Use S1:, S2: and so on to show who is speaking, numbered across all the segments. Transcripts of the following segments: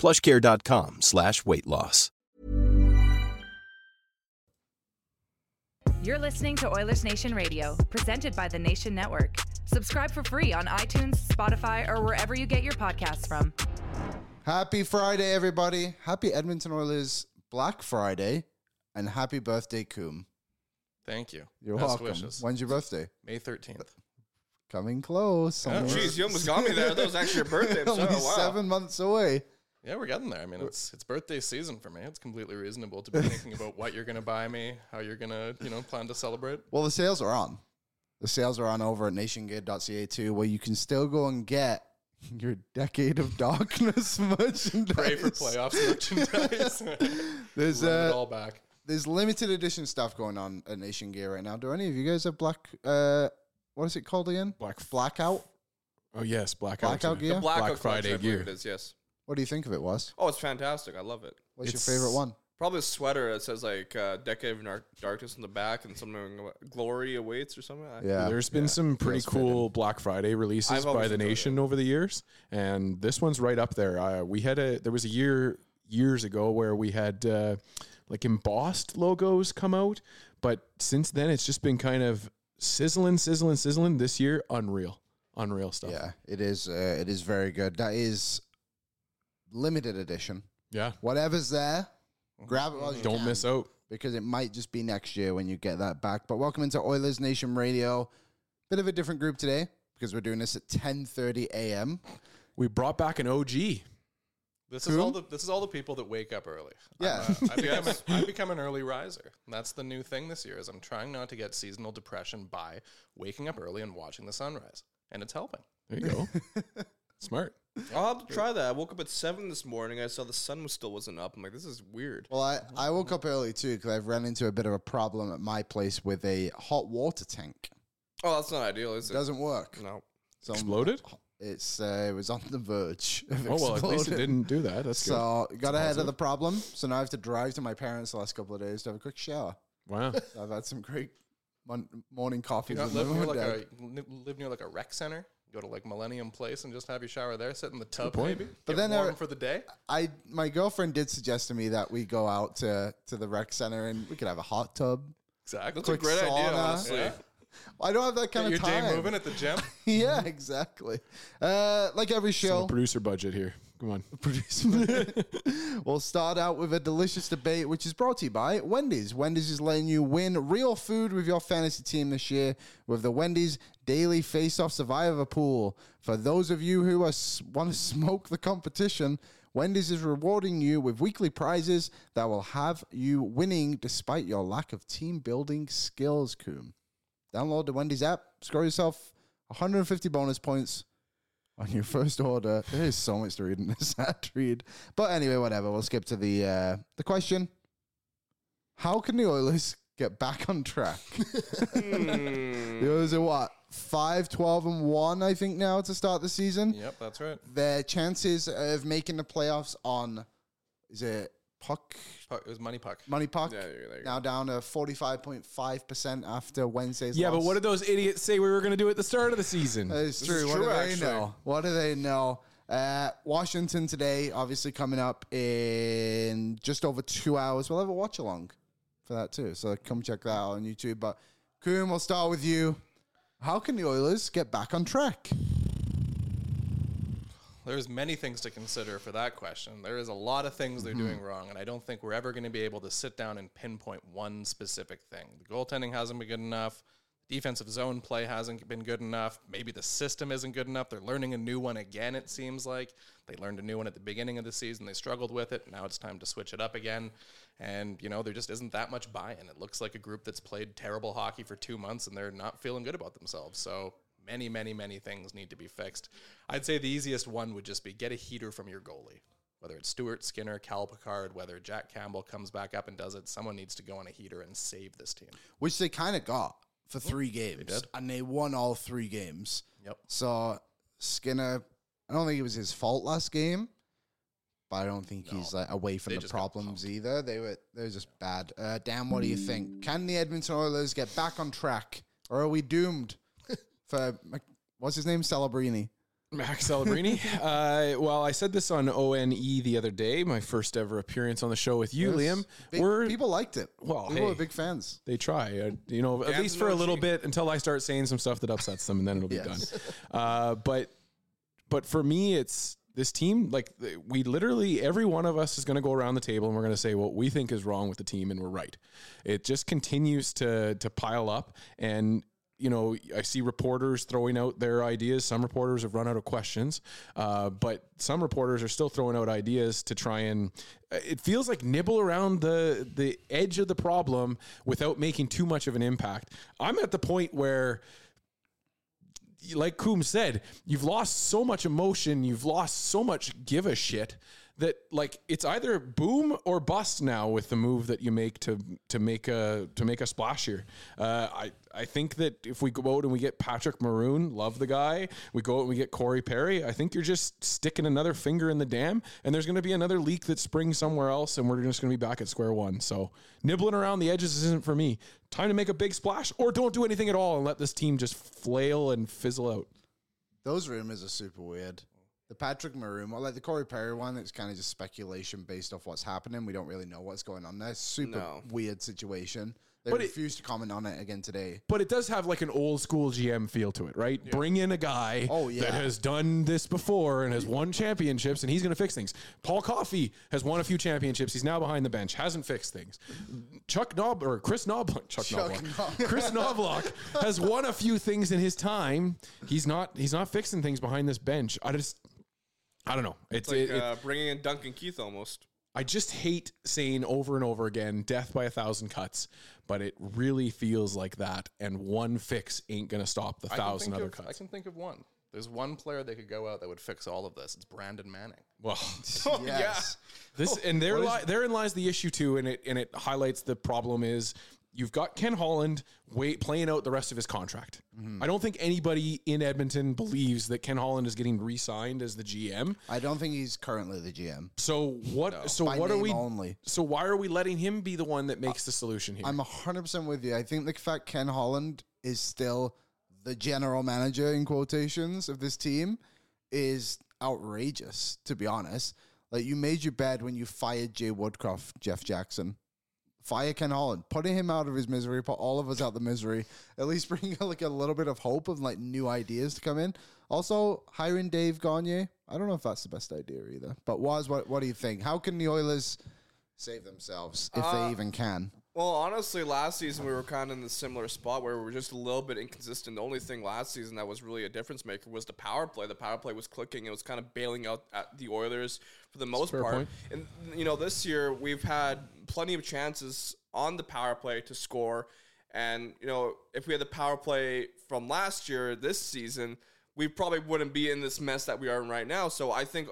S1: plushcare.com slash weight loss.
S2: You're listening to Oilers Nation Radio, presented by the Nation Network. Subscribe for free on iTunes, Spotify, or wherever you get your podcasts from.
S3: Happy Friday, everybody. Happy Edmonton Oilers Black Friday and happy birthday, Coom.
S4: Thank you.
S3: You're
S4: Best
S3: welcome.
S4: Wishes.
S3: When's your birthday?
S4: May 13th.
S3: Coming close.
S4: Oh,
S3: almost.
S4: jeez, you almost got me there. That was actually your birthday. I'm
S3: Only
S4: sorry. wow.
S3: seven months away.
S4: Yeah, we're getting there. I mean, it's it's birthday season for me. It's completely reasonable to be thinking about what you're going to buy me, how you're going to, you know, plan to celebrate.
S3: Well, the sales are on. The sales are on over at nationgear.ca too, where you can still go and get your Decade of Darkness merchandise.
S4: Pray for playoffs merchandise.
S3: There's,
S4: Run it
S3: uh,
S4: all back.
S3: there's limited edition stuff going on at Nation Gear right now. Do any of you guys have black? Uh, what is it called again?
S4: Black-
S3: blackout.
S5: Oh yes, blackout.
S3: Blackout gear.
S5: Black
S4: Oak Collection,
S5: Friday
S4: I believe
S5: gear.
S4: It is, yes.
S3: What do you think of it? Was
S4: Oh, it's fantastic. I love it.
S3: what's
S5: It's-
S3: your favorite one?
S4: Probably a sweater that says like uh, "Decade of Nar- Darkness" on the back and something uh, "Glory awaits" or something. I-
S3: Yeah,
S5: There's been some pretty
S3: feels fitting.
S5: cool Black Friday
S4: I've
S5: releases
S4: always
S5: by the
S4: enjoyed
S5: nation
S4: it.
S5: over the years, and this one's right up there. Uh, we had a there was a year years ago where we had uh, like embossed logos come out, but since then it's just been kind of sizzling, sizzling, sizzling. This year, unreal, unreal stuff.
S3: Yeah, it is. Uh, it is very good. That is limited edition.
S5: yeah.
S3: Whatever's there, grab it. While you
S5: Don't
S3: can.
S5: miss out.
S3: because it might just be next year when you get that back. But welcome into Oilers Nation Radio. Bit of a different group today because we're doing this at 10:30 a.m.
S5: We brought back an OG.
S4: This is all the this is all the people that wake up early. uh,
S3: Yeah.
S4: I become, a, I become an early riser. And That's the new thing this year is I'm trying not to get seasonal depression by waking up early and watching the sunrise, and it's helping.
S5: There you go. Smart.
S4: I'll have to try that. I woke up at seven this morning. I saw the sun was still wasn't up. I'm like, this is weird.
S3: Well, I, I woke up early too because I've run into a bit of a problem at my place with a hot water tank.
S4: Oh, that's not ideal, is
S3: It
S4: it?
S3: doesn't work.
S4: no.
S3: So
S5: Exploded?
S3: It's uh, it was on the verge. Of
S5: Oh well, at least it
S3: exploding.
S5: didn't do that. That's
S3: So got ahead of
S5: positive.
S3: the problem. So now I have to drive to my parents the last couple of days to have a quick shower.
S5: good. Wow.
S3: So I've had some great mon- morning
S4: Do
S3: coffees.
S4: you not
S3: with
S4: live
S3: my
S4: near
S3: mum
S4: like
S3: and
S4: a
S3: dad.
S4: li- live near like a rec center? Go to like Millennium Place and just have your shower there, sit in the tub
S5: point.
S4: maybe.
S3: But
S4: But
S3: then
S4: then
S3: there-
S4: warm for the day.
S3: I my girlfriend did suggest to me that we go out to to the rec center and we could have a hot tub.
S4: Exactly. That's a
S3: Quick
S4: great idea,
S3: sauna.
S4: honestly.
S3: Yeah. I don't have that kind
S4: Get your
S3: of time.
S4: day moving at the gym.
S3: yeah, exactly. Uh, like every show,
S5: Producer budget here. Come on.
S3: We'll start out with a delicious debate, which is brought to you by Wendy's. Wendy's is letting you win real food with your fantasy team this year with the Wendy's Daily Face Off Survivor Pool. For those of you who want to smoke the competition, Wendy's is rewarding you with weekly prizes that will have you winning despite your lack of team building skills, Coom. Download the Wendy's app, score yourself 150 bonus points on your first order. There is so much to read in this ad read. But anyway, whatever. We'll skip to the uh, the question. How can the Oilers get back on track?
S4: Hmm.
S3: the Oilers are what? 5, 12, and 1, I think, now to start the season.
S4: Yep, that's right.
S3: Their chances of making the playoffs on, is it puck?
S4: Puck, it was money puck.
S3: Money puck?
S4: Yeah, there you go, there you go.
S3: now down to 45.5% after Wednesday's
S5: Yeah, but
S3: loss.
S5: what did those idiots say we were going to do at the start of the season?
S3: That is
S5: This
S3: true.
S5: is
S3: what do they
S5: actually.
S3: know? What do they know? Uh, Washington today, obviously coming up in just over two hours. We'll have a watch along for that too. So come check that out on YouTube. But Coon, we'll start with you. How can the Oilers get back on track?
S4: There's many things to consider for that question. There is a lot of things they're doing wrong, and I don't think we're ever going to be able to sit down and pinpoint one specific thing. The goaltending hasn't been good enough. Defensive zone play hasn't been good enough. Maybe the system isn't good enough. They're learning a new one again, it seems like. They learned a new one at the beginning of the season. They struggled with it. Now it's time to switch it up again. And, you know, there just isn't that much buy in. It looks like a group that's played terrible hockey for two months and they're not feeling good about themselves. So many, many, many things need to be fixed. I'd say the easiest one would just be get a heater from your goalie. Whether it's Stewart, Skinner, Cal Picard, whether Jack Campbell comes back up and does it, someone needs to go on a heater and save this team.
S3: which they kind of got for three games,
S4: did.
S3: and they won all three games.
S4: Yep.
S3: So Skinner, I don't think it was his fault last game, but I don't think he's like away from
S4: They
S3: the
S4: just got
S3: problems either. They were they were just bad. Uh, Dan, what do you think? Can the Edmonton Oilers get back on track, or are we doomed for Mc- what's his name, Celebrini?
S5: Max Celebrini. uh, well, I said this on ONE the other day, my first ever appearance on the show with you, Liam.
S3: Big-
S5: we're,
S3: people liked it.
S5: Well,
S3: people
S5: hey.
S3: were big fans.
S5: they try, uh, you know, at
S4: Damn
S5: least for a little
S4: emoji.
S5: bit until I start saying some stuff that upsets them, and then it'll be
S3: Yes.
S5: done. Uh, but, but for me, it's this team. Like th- we literally, every one of us is going to go around the table and we're going to say what we think is wrong with the team, and we're right. It just continues to to pile up, and you know, I see reporters throwing out their ideas. Some reporters have run out of questions, uh, but some reporters are still throwing out ideas to try and. uh, It feels like nibble around the the edge of the problem without making too much of an impact. I'm at the point where like Coom said, you've lost so much emotion, you've lost so much give a shit that like it's either boom or bust now with the move that you make to to make a to make a splash here. Uh, I I think that if we go out and we get Patrick Maroon, love the guy, we go out and we get Corey Perry, I think you're just sticking another finger in the dam, and there's going to be another leak that springs somewhere else, and we're just going to be back at square one. So nibbling around the edges isn't for me. Time to make a big splash, or don't do anything at all and let this team just flail and fizzle out.
S3: Those rumors are super weird. The Patrick Maroon, well, like the Corey Perry one, it's kind of just speculation based off what's happening. We don't really know what's going on there. Super
S6: No.
S3: weird situation. They
S5: But it-
S3: refused to comment on it again today.
S5: But it does have like an old school GM feel to it, right? Bring in a guy
S3: Oh, yeah.
S5: that has done this before and has won championships and he's going to fix things. Paul Coffey has won a few championships. He's now behind the bench, hasn't fixed things. Chuck Knob or Chris Knobloch, Chuck,
S3: Chuck
S5: Knobloch.
S3: Knob-
S5: Chris Knobloch has won a few things in his time. He's not he's not fixing things behind this bench. I just I don't know. It's,
S6: It's like
S5: it- it-
S6: uh, bringing in Duncan Keith almost.
S5: I just hate saying over and over again, death by a thousand cuts, but it really feels like that. And one fix ain't going to stop the
S4: I can
S5: thousand
S4: think
S5: other
S4: of- I
S5: cuts.
S4: can think of one. There's one player they could go out that would fix all of this. It's Brandon Manning.
S5: Well,
S3: yes.
S5: this and there li- therein lies the issue too, and it and it highlights the problem is you've got Ken Holland wait playing out the rest of his contract.
S3: Mm-hmm.
S5: I don't think anybody in Edmonton believes that Ken Holland is getting re-signed as the GM.
S3: I don't think he's currently the GM.
S5: So what? So
S3: By
S5: what are
S3: name
S5: we?
S3: only.
S5: So why are we letting him be the one that makes the solution here?
S3: I'm 100% with you. I think the fact Ken Holland is still the general manager, in quotations, of this team is outrageous, to be honest. Like, you made your bed when you fired Jay Woodcroft, Jeff Jackson. Fire Ken Holland, putting him out of his misery, put all of us out the misery. At least bring like a little bit of hope and like new ideas to come in. Also, hiring Dave Gagne. I don't know if that's the best idea either. But Waz, what what do you think? How can the Oilers save themselves if they even can?
S6: Well, honestly, last season we were kind of in the similar spot where we were just a little bit inconsistent. The only thing last season that was really a difference maker was the power play. The power play was clicking. It was kind of bailing out at the Oilers for the most
S5: fair
S6: part.
S5: point.
S6: And you know, this year we've had plenty of chances on the power play to score. And you know, if we had the power play from last year, this season we probably wouldn't be in this mess that we are in right now. So I think,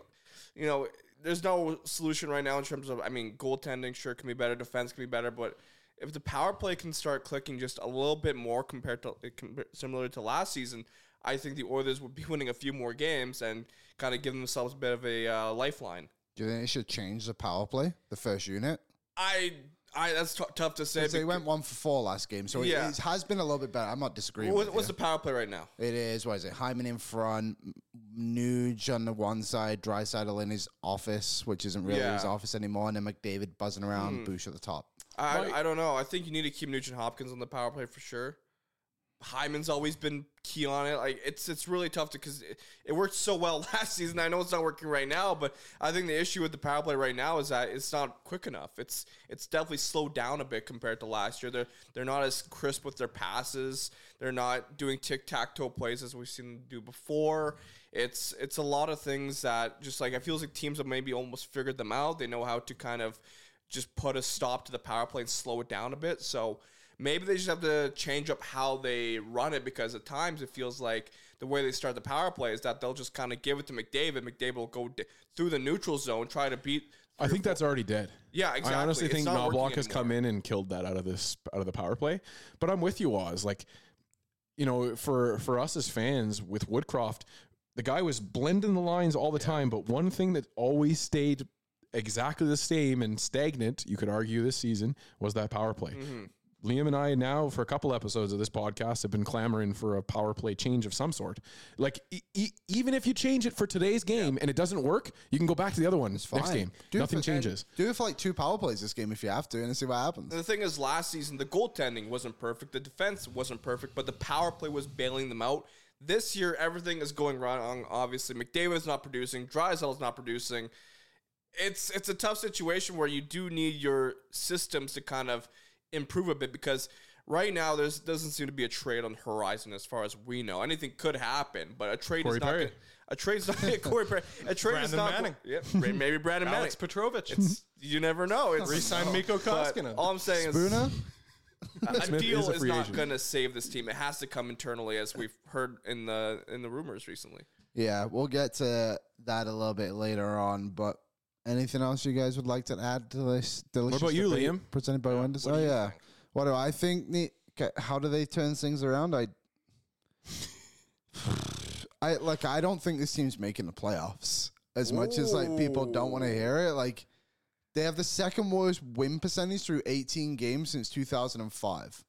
S6: you know, there's no solution right now in terms of. I mean, goaltending sure can be better, defense can be better, but if the power play can start clicking just a little bit more compared to compa- similar to last season. I think the Oilers would be winning a few more games and kind of give themselves a bit of a uh, lifeline.
S3: Do you think it should change the power play, the first unit?
S6: I, I that's t- tough to say.
S3: Because they
S6: becau-
S3: went one for four last game, so
S6: Yeah.
S3: it, it has been a little bit better. I'm not disagreeing.
S6: What-
S3: with
S6: what's
S3: you.
S6: the power play right now?
S3: It is. What is it? Hyman in front, M- Nuge on the one side, Drysaddle in his office, which isn't really his
S6: Yeah. Hmm.
S3: office anymore, and then McDavid buzzing around, Bush at the top.
S6: I,
S5: Right.
S6: I don't know. I think you need to keep Nugent Hopkins on the power play for sure. Hyman's always been key on it. Like it's it's really tough to because it, it worked so well last season. I know it's not working right now, but I think the issue with the power play right now is that it's not quick enough. It's it's definitely slowed down a bit compared to last year. They're they're not as crisp with their passes. They're not doing tic tac toe plays as we've seen them do before. It's it's a lot of things that just like it feels like teams have maybe almost figured them out. They know how to kind of just put a stop to the power play and slow it down a bit. So maybe they just have to change up how they run it because at times it feels like the way they start the power play is that they'll just kind of give it to McDavid. McDavid will go d- through the neutral zone, try to beat.
S5: I think that's already dead.
S6: Yeah,
S5: I honestly
S6: exactly. It's
S5: think
S6: not working
S5: Knobloch has come in and killed that out of this out of the power play. But I'm with you, Oz. Like, you know, for for us as fans with Woodcroft, the guy was blending the lines all the time. But one thing that always stayed exactly the same and stagnant, you could argue this season, was that power play. Liam and I now for a couple episodes of this podcast have been clamoring for a power play change of some sort. Like e- e- even if you change it for today's game and it doesn't work, you can go back to the other one next
S3: Fine.
S5: game.
S3: Do it
S5: Nothing
S3: for-
S5: changes.
S3: Do it for like two power plays this game if you have to, and see what happens.
S6: The thing is, last season the goaltending wasn't perfect, the defense wasn't perfect, but the power play was bailing them out. This year, everything is going wrong. Obviously, McDavid is not producing, Drysdale is not producing. It's it's a tough situation where you do need your systems to kind of improve a bit because right now there's doesn't seem to be a trade on the horizon as far as we know. Anything could happen, but a trade
S5: Corey
S6: is not
S5: Perry.
S6: gonna- a trade's not Corey Perry. A trade is
S4: Brandon
S6: not
S4: Manning.
S6: Yeah, maybe Brandon Manning.
S4: Alex Petrovich.
S6: It's- you never know. It's
S4: Resign Mikko
S6: but
S4: Koskinen.
S6: All I'm saying is
S3: Spooner?
S6: a
S5: Smith
S6: deal
S5: is
S6: is,
S5: a free
S6: not
S5: agent.
S6: going to save this team. It has to come internally, as we've heard in the in the rumors recently.
S3: Yeah, we'll get to that a little bit later on, but anything else you guys would like to add to this delicious
S5: about you,
S3: debate
S5: Liam?
S3: Presented by Wendy's? Oh, yeah. What do I think? Ne- 'kay, how do they turn things around? I... I like. I don't think this team's making the playoffs as much as like people don't want to hear it. Like they have the second worst win percentage through 18 games since 2005.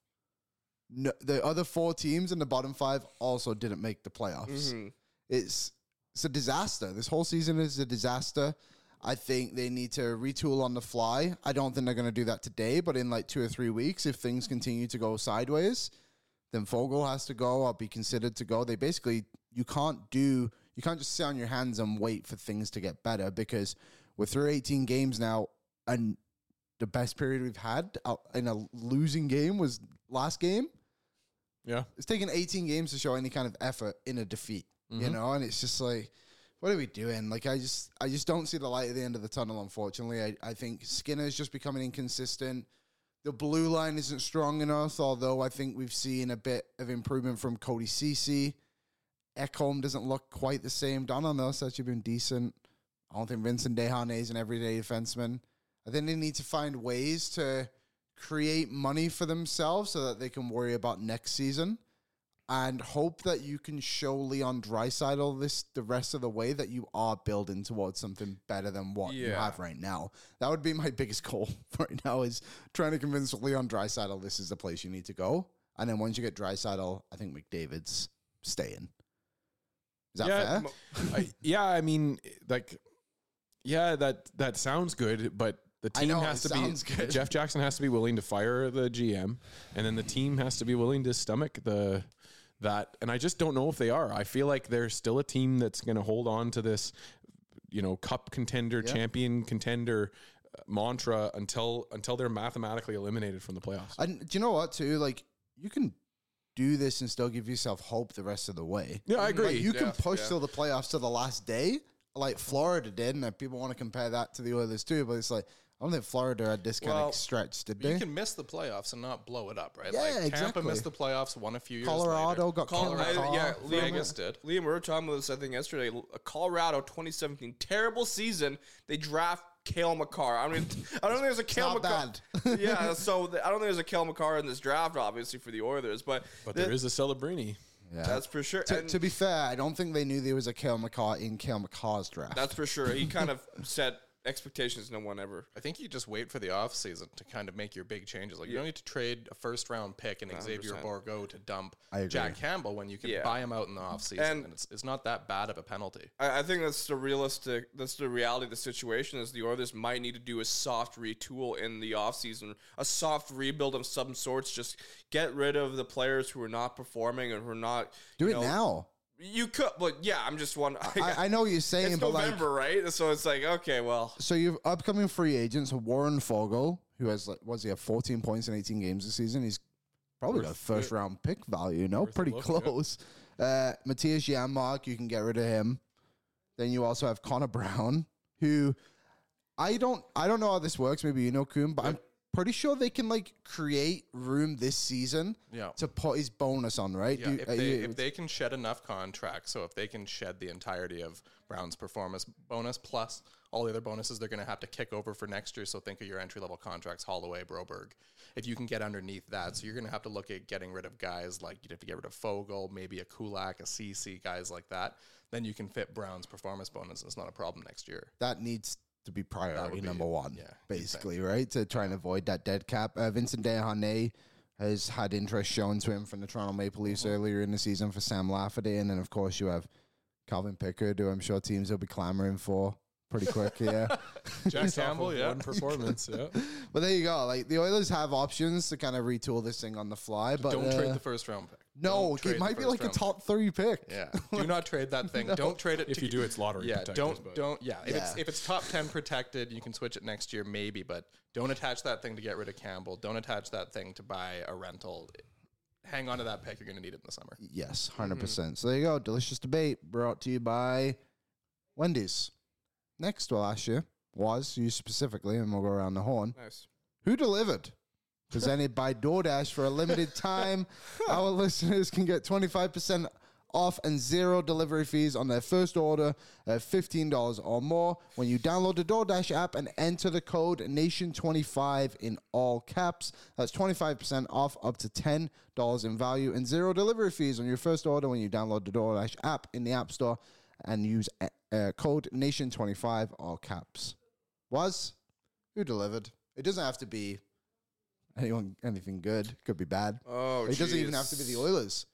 S3: No, the other four teams in the bottom five also didn't make the playoffs it's it's a disaster. This whole season is a disaster. I think they need to retool on the fly. I don't think they're going to do that today, but in like two or three weeks, if things continue to go sideways, then Fogel has to go or be considered to go. They basically you can't do you can't just sit on your hands and wait for things to get better because we're through 18 games now and the best period we've had uh, in a losing game was last game
S5: Yeah.
S3: it's taken 18 games to show any kind of effort in a defeat, you know, and it's just like, what are we doing? Like, I just, I just don't see the light at the end of the tunnel. Unfortunately, I, I think Skinner's just becoming inconsistent. The blue line isn't strong enough, although I think we've seen a bit of improvement from Cody Cece. Ekholm doesn't look quite the same. Donald Mills has actually been decent. I don't think Vincent Deharnay is an everyday defenseman. I think they need to find ways to create money for themselves so that they can worry about next season and hope that you can show Leon Dreisidel this the rest of the way that you are building towards something better than what you
S6: Yeah.
S3: have right now. That would be my biggest goal right now is trying to convince Leon Dreisidel this is the place you need to go. And then once you get Dreisidel, I think McDavid's staying. Is that fair?
S5: I, yeah, I mean, like, yeah, that that sounds good, but the
S3: I
S5: team
S3: know,
S5: has
S3: it
S5: to be
S3: sounds good.
S5: Jeff Jackson has to be willing to fire the GM, and then the team has to be willing to stomach the that. And I just don't know if they are. I feel like they're still a team that's going to hold on to this, you know, cup contender, champion contender mantra until until they're mathematically eliminated from the playoffs.
S3: And do you know what? Too like you can do this and still give yourself hope the rest of the way.
S5: yeah, I agree.
S3: Like, you can
S6: Yeah,
S3: push
S6: yeah.
S3: till the playoffs to the last day, like Florida did, and people want to compare that to the Oilers too. But it's like I don't think Florida had this kind
S4: Well,
S3: of stretch, did
S4: You
S3: they?
S4: can miss the playoffs and not blow it up, right?
S3: Yeah,
S4: like Tampa
S3: exactly.
S4: missed the playoffs, one a few years
S3: Colorado
S4: later.
S3: got
S4: Colorado,
S3: Colorado.
S4: yeah,
S3: for a
S4: Vegas
S3: minute.
S4: did.
S6: Liam, we were talking about this, I think, yesterday. L- Colorado 2017, terrible season. They draft Kale McCarr. I mean, I don't think there's a Kale
S3: not
S6: McCarr. yeah, so th- I don't think there's a Kale McCarr in this draft, obviously, for the Oilers, but,
S5: but
S6: th-
S5: there is a Celebrini.
S6: that's for sure.
S3: To,
S6: And
S3: to be fair, I don't think they knew there was a Kale McCarr in Kale McCarr's draft.
S6: that's for sure. He kind of set expectations no one ever.
S4: I think you just wait for the offseason to kind of make your big changes. Like you don't need to trade a first round pick and Xavier Borgo to dump
S3: agree.
S4: Jack Campbell when you can
S6: Yeah.
S4: buy him out in the offseason.
S6: And-
S4: And, it's, it's not that bad of a penalty.
S6: I, I think that's the realistic that's the reality of the situation is the Oilers might need to do a soft retool in the offseason, a soft rebuild of some sorts, just get rid of the players who are not performing and who are not
S3: do
S6: you
S3: it
S6: know,
S3: now.
S6: You could but yeah, I'm just one
S3: I, I know what you're saying,
S6: it's
S3: but like,
S6: November, right? So it's like, okay, well
S3: so your upcoming free agents are Warren Fogle, who has like, was he have 14 points in 18 games this season. He's probably got first round pick value. No, pretty close. Uh, Matthias Janmark, you can get rid of him. Then you also have Connor Brown, who I don't I don't know how this works. Maybe you know Coom, but I'm pretty sure they can like create room this season
S4: Yeah.
S3: to put his bonus on, right?
S4: Yeah,
S3: Do you-
S4: if
S5: uh,
S3: are
S4: they
S3: you-
S4: if they can shed enough contracts, so if they can shed the entirety of Brown's performance bonus plus all the other bonuses they're going to have to kick over for next year. So think of your entry level contracts, Holloway, Broberg. If you can get underneath that, so you're going to have to look at getting rid of guys like you'd have to get rid of Fogel, maybe a Kulak, a CC, guys like that. Then you can fit Brown's performance bonus. It's not a problem next year.
S3: that needs to be priority number one,
S4: yeah, you'd
S3: basically, right? To try and avoid that dead cap. Uh, Vincent Deharnay has had interest shown to him from the Toronto Maple Leafs
S4: Mm-hmm.
S3: earlier in the season for Sam Lafferty. And then, of course, you have Calvin Pickard, who I'm sure teams will be clamoring for pretty quick here.
S4: Campbell,
S5: Jack Campbell,
S4: yeah.
S5: one performance. yeah.
S3: but there you go. Like, the Oilers have options to kind of retool this thing on the fly. But
S4: Don't
S3: uh,
S4: trade the first round pick. Don't
S3: No,
S4: trade
S3: it
S4: the
S3: might be
S4: first
S3: like a
S4: round pick.
S3: top three pick.
S4: Yeah. Do not trade that thing. Don't trade it.
S5: If
S4: to-
S5: you do, it's lottery
S4: Yeah.
S5: protected,
S4: Don't
S5: but-
S4: don't. Yeah. If it's
S3: Yeah.
S4: if it's top ten protected, you can switch it next year maybe, but don't attach that thing to get rid of Campbell. Don't attach that thing to buy a rental. Hang on to that pick. You're going to need it in the summer.
S3: Yes, 100%. percent So there you go. Delicious Debate brought to you by Wendy's. Next to last year was you specifically, and we'll go around the horn.
S6: nice.
S3: Who delivered? Presented by DoorDash for a limited time. Our listeners can get 25% off and zero delivery fees on their first order of $15 or more when you download the DoorDash app and enter the code NATION25 in all caps. That's 25% off up to $10 in value and zero delivery fees on your first order when you download the DoorDash app in the App Store and use uh, uh, code NATION25 all caps. Was who delivered. It doesn't have to be anyone anything good. Could be bad.
S6: Oh,
S3: it doesn't even
S6: jeez.
S3: have to be the Oilers.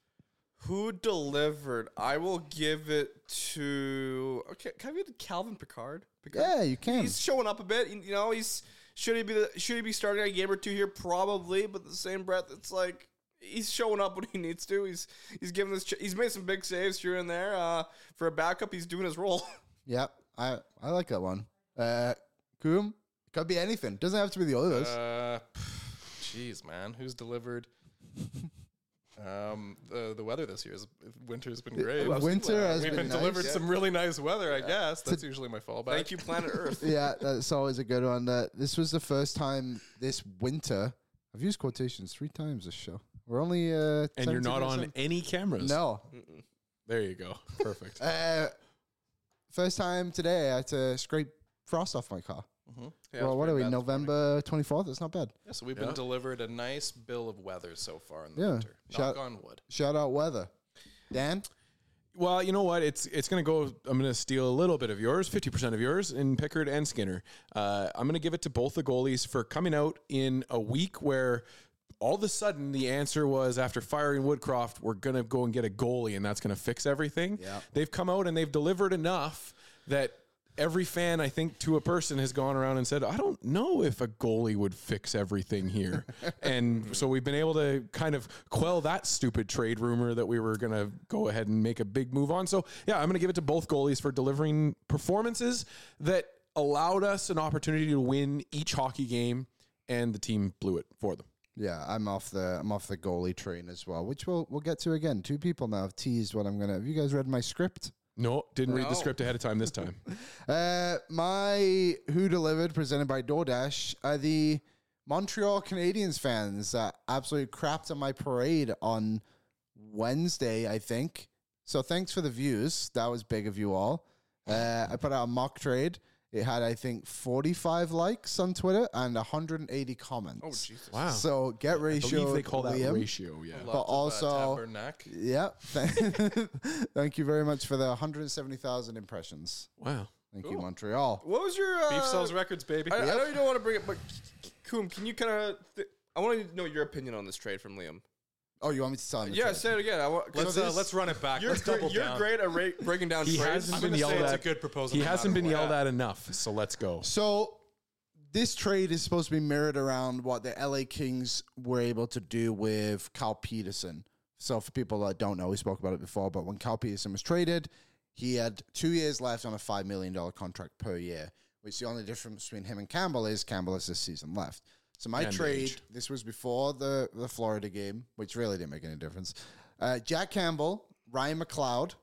S6: Who delivered? I will give it to okay. Can I give it to Calvin Picard? Picard?
S3: Yeah, you can.
S6: he's showing up a bit. You know, he's should he be the, should he be starting a game or two here? Probably, but at the same breath, it's like he's showing up when he needs to. He's he's giving this. Ch- he's made some big saves here and there uh, for a backup. He's doing his role.
S3: yep. I I like that one. Uh Coom. Could be anything. Doesn't have to be the Oilers.
S4: Uh, jeez, man, who's delivered? Um, the the weather this year is winter's been great.
S3: Winter has
S4: We've
S3: been,
S4: been, delivered
S3: nice.
S4: some really nice weather, I guess. That's usually my fallback.
S6: Thank you, Planet Earth.
S3: Yeah, that's always a good one. Uh, this was the first time this winter I've used quotations three times this show. We're only uh
S5: And
S3: 17
S5: you're not
S3: minutes
S5: on any cameras.
S3: in. No.
S5: There you go. Perfect.
S3: Uh first time today I had to scrape frost off my car. well, what are we? November twenty fourth? It's not bad.
S4: Yeah, so we've been delivered a nice bill of weather so far in the
S3: Yeah.
S4: winter.
S3: Shout-
S4: Knock on wood.
S3: Shout out weather. Dan?
S5: Well, you know what? It's it's going to go. I'm going to steal a little bit of yours, fifty percent of yours, in Pickard and Skinner. Uh, I'm going to give it to both the goalies for coming out in a week where all of a sudden the answer was after firing Woodcroft, we're going to go and get a goalie, and that's going to fix everything. Yeah. They've come out and they've delivered enough that. Every fan, I think, to a person has gone around and said, I don't know if a goalie would fix everything here. and so we've been able to kind of quell that stupid trade rumor that we were going to go ahead and make a big move on. So, yeah, I'm going to give it to both goalies for delivering performances that allowed us an opportunity to win each hockey game, and the team blew it for them.
S3: Yeah, I'm off the I'm off the goalie train as well, which we'll we'll get to again. Two people now have teased what I'm gonna. Have you guys read my script?
S5: No, didn't read
S6: No.
S5: the script ahead of time this time.
S3: Uh, my Who Delivered, presented by DoorDash, are the Montreal Canadiens fans that absolutely crapped on my parade on Wednesday, I think. So thanks for the views. That was big of you all. Uh, I put out a mock trade. It had, I think, 45 likes on Twitter and 180 comments. Oh, Jesus.
S5: Wow.
S3: So get
S5: I
S3: ratio.
S5: believe they call that
S3: Liam.
S5: ratio. Yeah.
S4: Lots of, uh,
S3: also-
S4: Tabernac.
S3: Yeah. Thank you very much for the 170,000 impressions.
S5: Wow.
S3: Thank you, Montreal.
S6: What was your uh,
S4: Beef sells records, baby.
S6: I, I know you don't want to bring it, but Coom, can you kind of? Th- I want to know your opinion on this trade from Liam.
S3: Oh, you want me to sign the
S6: Yeah,
S3: trade?
S6: say it again. I want,
S4: Let's uh,
S6: this-
S4: let's run it back.
S6: You're,
S4: Let's
S6: gre-
S4: double
S6: you're
S4: down.
S6: great at ra- breaking down
S5: He
S6: trades.
S5: hasn't
S4: I'm
S5: been
S4: gonna
S5: yelled
S4: say it's
S5: at.
S4: a good proposal
S5: He
S4: no
S5: hasn't
S4: matter
S5: been
S4: what.
S5: yelled at enough. So let's go.
S3: So this trade is supposed to be mirrored around what the LA Kings were able to do with Cal Peterson. So for people that don't know, we spoke about it before, but when Cal Peterson was traded, he had two years left on a five million dollar contract per year, which the only difference between him and Campbell is Campbell has this season left. So my
S5: And the
S3: trade,
S5: age.
S3: this was before the the Florida game, which really didn't make any difference. Uh, Jack Campbell, Ryan McLeod,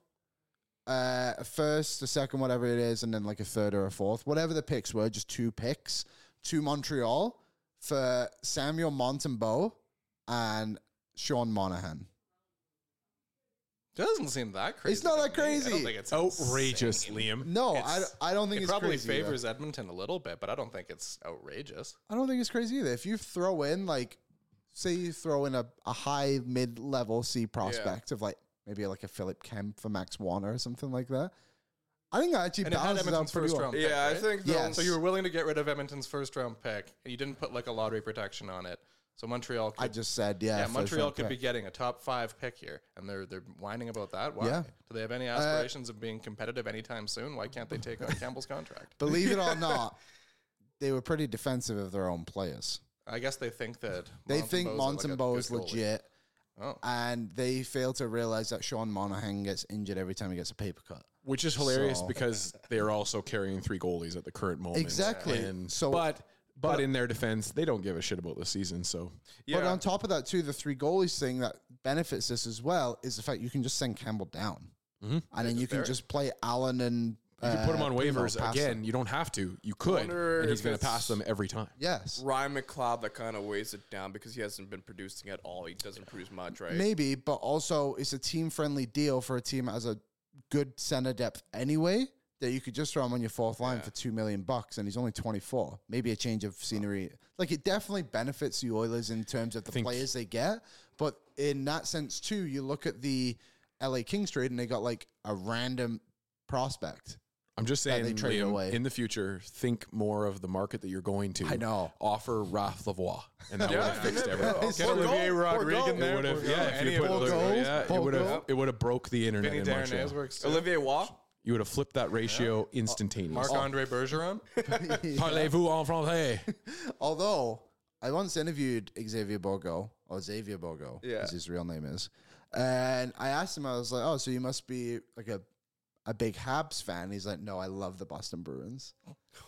S3: uh, a first, a second, whatever it is, and then like a third or a fourth, whatever the picks were, just two picks to Montreal for Samuel Montembeau and Sean Monahan.
S4: Doesn't seem that crazy.
S3: It's not
S4: to
S3: that
S4: me. I
S3: crazy.
S4: don't think it's
S5: Outrageous,
S4: insane.
S5: Liam.
S3: No, I,
S4: It's-
S3: I don't think
S4: It
S3: it's
S4: probably
S3: crazy either.
S4: favors Edmonton a little bit, but I don't think it's outrageous.
S3: I don't think it's crazy either. If you throw in like, say you throw in a, a high mid level C prospect of like maybe like a Philip Kemp for Max Warner or something like that, I think that actually
S4: And it had
S3: balances out
S4: Edmonton's
S3: pretty
S4: first
S3: well.
S4: round. Pick,
S6: Yeah, I
S4: right?
S6: think.
S3: Yes.
S4: So you were willing to get rid of Edmonton's first round pick, and you didn't put like a lottery protection on it. So Montreal, could,
S3: I just said yeah.
S4: yeah,
S3: first
S4: Montreal
S3: round
S4: could
S3: pick.
S4: be getting a top five pick here, and they're they're whining about that. Why?
S3: Yeah. Uh,
S4: Do they have any aspirations of being competitive anytime soon? Why can't they take on Campbell's contract?
S3: Believe it or not, they were pretty defensive of their own players.
S4: I guess they think that
S3: They think
S4: Montembeau's a- like, a
S3: Montembeau is
S4: good goalie.
S3: legit,
S4: Oh.
S3: and they fail to realize that Sean Monahan gets injured every time he gets a paper cut.
S5: Which is hilarious
S3: So-
S5: because they're also carrying three goalies at the current moment.
S3: Exactly.
S5: And
S3: So-
S5: so, but but in their defense, they don't give a shit about the season. So
S3: But on top of that, too, the three goalies thing that benefits this as well is the fact you can just send Campbell down, and then you can just play Allen and
S5: Mm-hmm. you can put them
S3: uh,
S5: on
S3: Primo
S5: waivers
S3: past
S5: again.
S3: them.
S5: You don't have to. You could,
S6: wonder
S5: and he's
S6: if
S5: going to
S6: it's-
S5: pass them every time.
S3: Yes,
S6: Ryan McLeod that kind of weighs it down because he hasn't been producing at all. He doesn't produce much, right?
S3: maybe, but also it's a team-friendly deal for a team that has a good center depth anyway. That you could just throw him on your fourth line for two million bucks, and he's only twenty-four. Maybe a change of scenery, like it definitely benefits the Oilers in terms of the
S5: Think-
S3: players they get. But in that sense too, you look at the LA Kings trade, and they got like a random prospect.
S5: I'm just saying,
S3: they traded
S5: Liam,
S3: away.
S5: in the future, think more of the market that you're going to.
S3: I know.
S5: Offer Raph Lavoie, and that would have fixed everything.
S4: Get Olivier Rodrigue in
S5: It
S4: there.
S5: would have, yeah. If
S4: Any
S5: you
S4: of
S5: put
S4: those-
S5: Olivier- yeah, it
S3: Paul
S5: would have,
S3: Gold.
S5: it would have broke the internet
S4: Vinny
S5: in
S4: Darnay
S5: Montreal.
S4: works. too.
S6: Olivier Waugh.
S5: You would have flipped that ratio
S4: Marc
S3: Oh.
S5: instantaneously.
S4: Andre Bergeron.
S5: Parlez-vous en français?
S3: Although I once interviewed Xavier Borgo or Xavier Borgo,
S6: Yeah.
S3: as his real name is, and I asked him, I was like, "Oh, so you must be like a a big Habs fan?" He's like, "No, I love the Boston Bruins."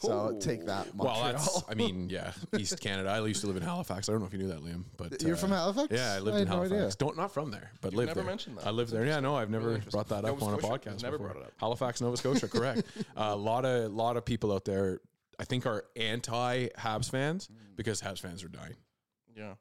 S3: So take that, Montreal.
S5: Well, that's, I mean, yeah, East Canada. I used to live in Halifax. I don't know if you knew that, Liam, but uh,
S3: You're from Halifax?
S5: Yeah, I lived
S3: I
S5: in
S3: had no idea.
S5: Halifax. don't not from there, but lived
S4: never
S5: there.
S4: mentioned that.
S5: I lived there. Yeah, no, I've never brought that up
S4: Nova
S5: on a
S4: Scotia,
S5: podcast.
S4: never
S5: before.
S4: brought it up.
S5: Halifax, Nova Scotia, correct. A lot of lot of people out there, I think, are anti Habs fans because Habs fans are dying.
S4: yeah.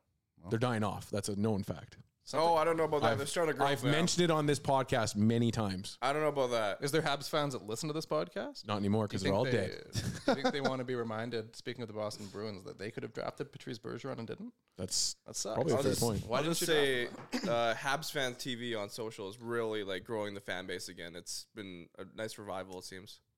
S5: They're dying off. That's a known fact.
S6: Oh, I don't know about that. They're starting to grow.
S5: I've
S6: now.
S5: mentioned it on this podcast many times.
S6: I don't know about that.
S4: Is there Habs fans that listen to this podcast?
S5: Not anymore because they're all
S4: they,
S5: dead.
S4: do you think they want to be reminded, speaking of the Boston Bruins, that they could have drafted Patrice Bergeron and didn't?
S5: That's
S4: That sucks.
S5: probably a
S4: I'll
S5: fair
S4: just-
S5: point.
S4: Why
S6: I'll
S4: didn't
S6: just
S4: you
S6: say uh, Habs fan TV on social is really like growing the fan base again. It's been a nice revival, it seems.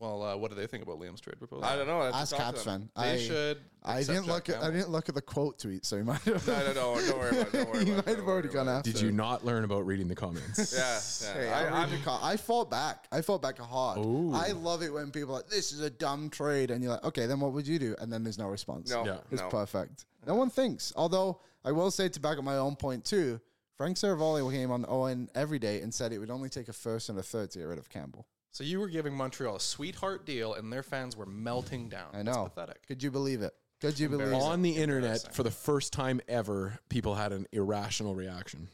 S4: Well, uh, what do they think about Liam's trade proposal?
S6: I don't know. I have to
S3: Ask
S6: talk to
S3: Habs
S6: them.
S3: fan.
S4: They
S3: I,
S4: should.
S3: I
S4: accept
S3: didn't
S4: Jack
S3: look at I
S4: Campbell.
S3: didn't look at the quote tweet, so you might have.
S6: No, no, no. Don't worry about it. Don't worry
S3: you might have
S6: about it. Don't
S3: already
S6: worry
S3: gone
S6: about it.
S3: after.
S5: Did you not learn about reading the comments?
S6: Yeah. yeah.
S3: Hey,
S6: I,
S3: I,
S6: I'm-
S3: I fought back. I fought back hard. I love it when people are like, this is a dumb trade. And you're like, okay, then what would you do? And then there's no response.
S6: No,
S5: Yeah.
S3: It's
S6: no.
S3: perfect. No one thinks. Although I will say to back up my own point too, Frank Saravalli came on Owen every day and said it would only take a first and a third to get rid of Campbell.
S4: So you were giving Montreal a sweetheart deal, and their fans were melting
S6: Oh,
S4: down.
S3: I
S4: That's
S3: know.
S4: pathetic.
S3: Could you believe it? Could you believe it?
S5: On the internet,
S4: Embarrassing.
S5: for the first time ever, people had an irrational reaction.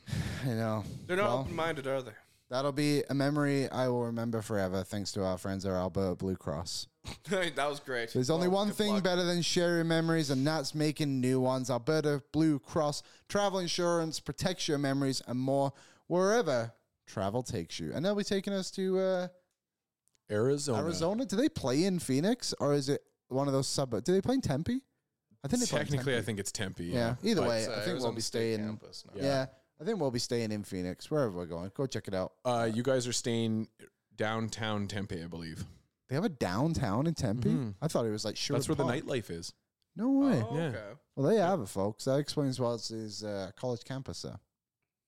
S3: I know.
S6: They're not
S3: Well,
S6: open minded, are they?
S3: that'll be a memory I will remember forever, thanks to our friends at Alberta Blue Cross.
S6: that was great.
S3: There's only
S6: Well,
S3: one
S6: good
S3: thing
S6: luck.
S3: better than sharing memories, and that's making new ones. Alberta Blue Cross travel insurance protects your memories and more wherever travel takes you. And they'll be taking us to uh,
S5: Arizona.
S3: Arizona. Do they play in Phoenix or is it one of those suburbs? Do they play in Tempe? I think they play in
S5: Technically, I
S3: Tempe.
S5: think it's Tempe.
S3: Yeah. Either
S5: But, uh,
S3: way,
S4: So
S3: I think we'll
S4: Arizona
S3: be
S4: State
S3: staying.
S4: campus now.
S3: yeah. I think we'll be staying in Phoenix, wherever we're going. Go check it out.
S5: Uh, you guys are staying downtown Tempe, I believe.
S3: They have a downtown in Tempe.
S5: Mhm.
S3: I thought it was like Sherwood
S5: That's where the
S3: Park.
S5: nightlife is.
S3: No way.
S6: Oh,
S5: Yeah.
S6: okay.
S3: Well, they have it, folks. That explains why it's his uh, college campus there.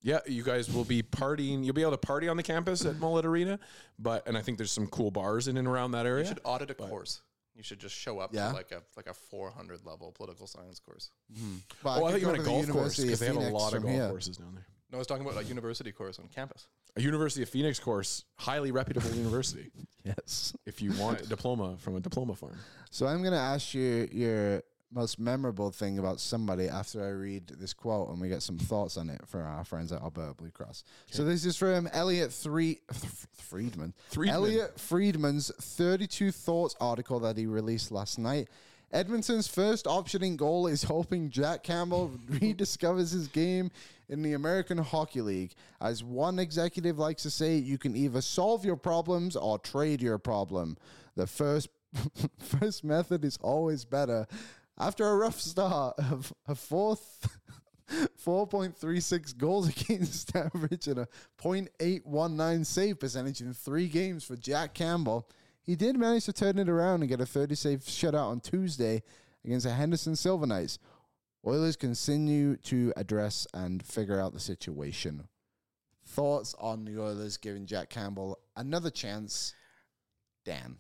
S5: Yeah, you guys will be partying. You'll be able to party on the campus at Mullet Arena, but and I think there's some cool bars in and around that
S4: You
S5: area.
S3: uh,
S4: should audit a
S5: But-
S4: course. You should just show up
S3: Yeah.
S4: to like a like a 400 level political science course.
S3: But
S5: oh, I,
S3: could
S5: thought you
S3: go
S5: meant
S3: to
S5: a
S3: the
S5: golf course
S3: University
S5: because they have a
S3: Phoenix
S5: lot of
S3: from
S5: golf
S3: here.
S5: courses down there.
S4: No, I was talking about a university course on campus.
S5: A University of Phoenix course, highly reputable university.
S3: Yes.
S5: If you want a diploma from a diploma farm,
S3: So I'm gonna ask you your most memorable thing about somebody after I read this quote and we get some thoughts on it for our friends at Alberta Blue Cross. So this is from Elliot Three Friedman.
S5: Friedman.
S3: Elliot Friedman's 32 Thoughts article that he released last night. Edmonton's first option in goal is hoping Jack Campbell rediscovers his game in the American Hockey League. As one executive likes to say, you can either solve your problems or trade your problem. The first first method is always better. After a rough start of a fourth 4.36 goals against average and a 0.819 save percentage in three games for Jack Campbell. He did manage to turn it around and get a 30 save shutout on Tuesday against the Henderson Silver Knights. Oilers continue to address and figure out the situation. Thoughts on the Oilers giving Jack Campbell another chance? Dan.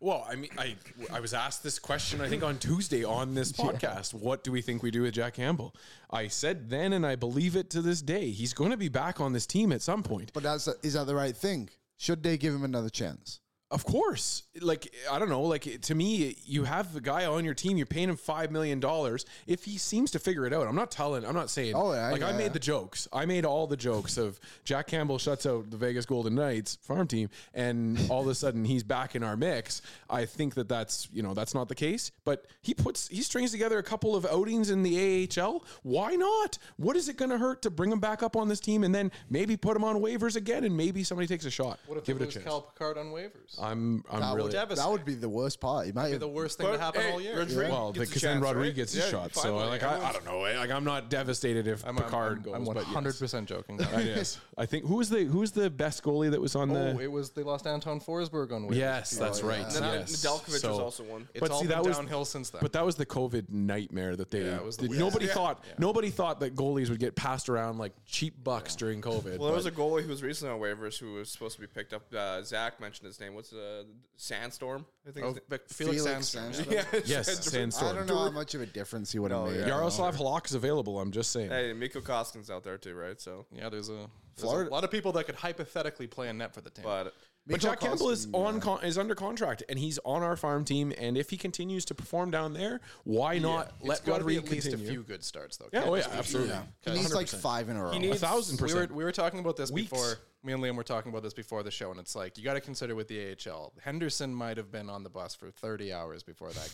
S5: Well, I mean, I I was asked this question I think on Tuesday on this podcast. What do we think we do with Jack Campbell? I said then, and I believe it to this day. He's going to be back on this team at some point.
S3: But that's is that the right thing? Should they give him another chance?
S5: Of course. Like I don't know, like to me you have the guy on your team, you're paying him 5 million dollars. If he seems to figure it out, I'm not telling, I'm not saying
S3: Oh, yeah,
S5: like I
S3: yeah,
S5: made
S3: yeah.
S5: the jokes. I made all the jokes of Jack Campbell shuts out the Vegas Golden Knights farm team and all of a sudden he's back in our mix. I think that that's, you know, that's not the case, but he puts he strings together a couple of outings in the AHL. Why not? What is it going to hurt to bring him back up on this team and then maybe put him on waivers again and maybe somebody takes a shot.
S4: What if
S5: Give
S4: they
S5: it a
S4: lose
S5: chance.
S4: Cal Picard on waivers?
S5: I'm I'm
S3: That
S5: really
S3: would, that would be the worst part. He might
S4: Be
S3: have
S4: the worst thing
S6: But,
S4: to happen
S6: hey,
S4: all year.
S6: Rodriguez-
S5: well,
S6: gets a
S5: because
S6: chance,
S5: then
S6: right?
S5: Rodriguez gets his
S6: Yeah,
S5: shot. So
S6: finally,
S5: like I, I
S6: everyone's-
S5: don't know. eh, Like I'm not devastated if
S4: I'm,
S5: Picard
S4: I'm,
S5: goes.
S4: I'm
S5: but
S4: 100
S5: yes.
S4: percent joking. guys.
S5: I guess. I think who was the who was the best goalie that was on
S4: Oh,
S5: the.
S4: it was they lost Anton Forsberg on waivers.
S5: Yes, that's right.
S6: And then
S5: Yes.
S6: Nedeljkovic
S5: So-
S6: was also one.
S4: It's
S5: but
S4: all
S5: see,
S4: been
S5: that was-
S4: downhill since then.
S5: But that was the COVID nightmare that they.
S4: Yeah, it was the
S5: did-
S4: worst.
S5: nobody
S6: Yeah.
S5: thought nobody thought that goalies would get passed around like cheap bucks during COVID.
S6: Well, there was a
S5: but-
S6: goalie who was recently on waivers who was supposed to be picked up. Uh, Zach mentioned his name. What's uh, Sandstorm? I think.
S4: oh,
S6: his
S4: Vic- Felix,
S3: Felix
S4: Sandstrom.
S3: Sandstrom.
S6: name. Yeah,
S5: yes,
S3: I don't
S5: sandstorm.
S3: know how much of a difference he would
S4: Oh,
S3: have made.
S5: Yaroslav Halak is available. I'm just saying.
S6: Hey, Miko Koskinen's out there too, right? So,
S4: Yeah, there's a, there's
S3: Florida-
S4: a lot of people that could hypothetically play a net for the team.
S6: but
S5: But
S3: Mikko
S5: Jack Campbell is
S3: Koskin,
S5: on con- is under contract and he's on our farm team. And if he continues to perform down there, why not
S4: It's
S5: let
S4: gotta be
S5: Rodriguez
S4: at least
S5: continue?
S4: a few good starts though.
S5: yeah,
S4: Can't
S5: oh yeah,
S4: just be-
S5: absolutely.
S3: He needs like
S5: 100%.
S3: five in a row.
S5: a thousand
S4: We were,
S5: percent.
S4: we were talking about this
S5: Weeks.
S4: before. Me and Liam were talking about this before the show, and it's like you got to consider with the AHL. Henderson might have been on the bus for 30 hours before that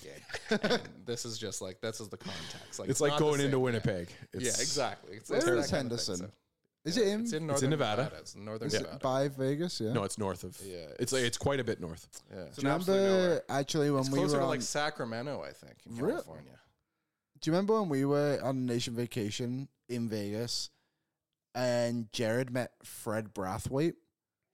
S4: game. And this is just like this is the context. Like
S5: It's like
S4: not the
S5: going
S4: same
S5: into
S4: game.
S5: Winnipeg. It's,
S4: yeah, exactly. It's, it's
S3: Where
S4: that
S3: is
S4: kind of thing,
S3: Henderson?
S4: so-
S3: Is it him?
S4: It's in northern
S5: It's in Nevada.
S4: It's in northern
S3: Is
S4: Nevada.
S3: it by Vegas? Yeah.
S5: No, it's north of. Yeah, it's it's quite a bit north.
S3: do you remember actually when
S4: It's
S3: we
S4: closer
S3: were
S4: to
S3: on,
S4: like Sacramento, I think, in
S3: Really?
S4: California.
S3: Do you remember when we were on nation vacation in Vegas, and Jared met Fred Brathwaite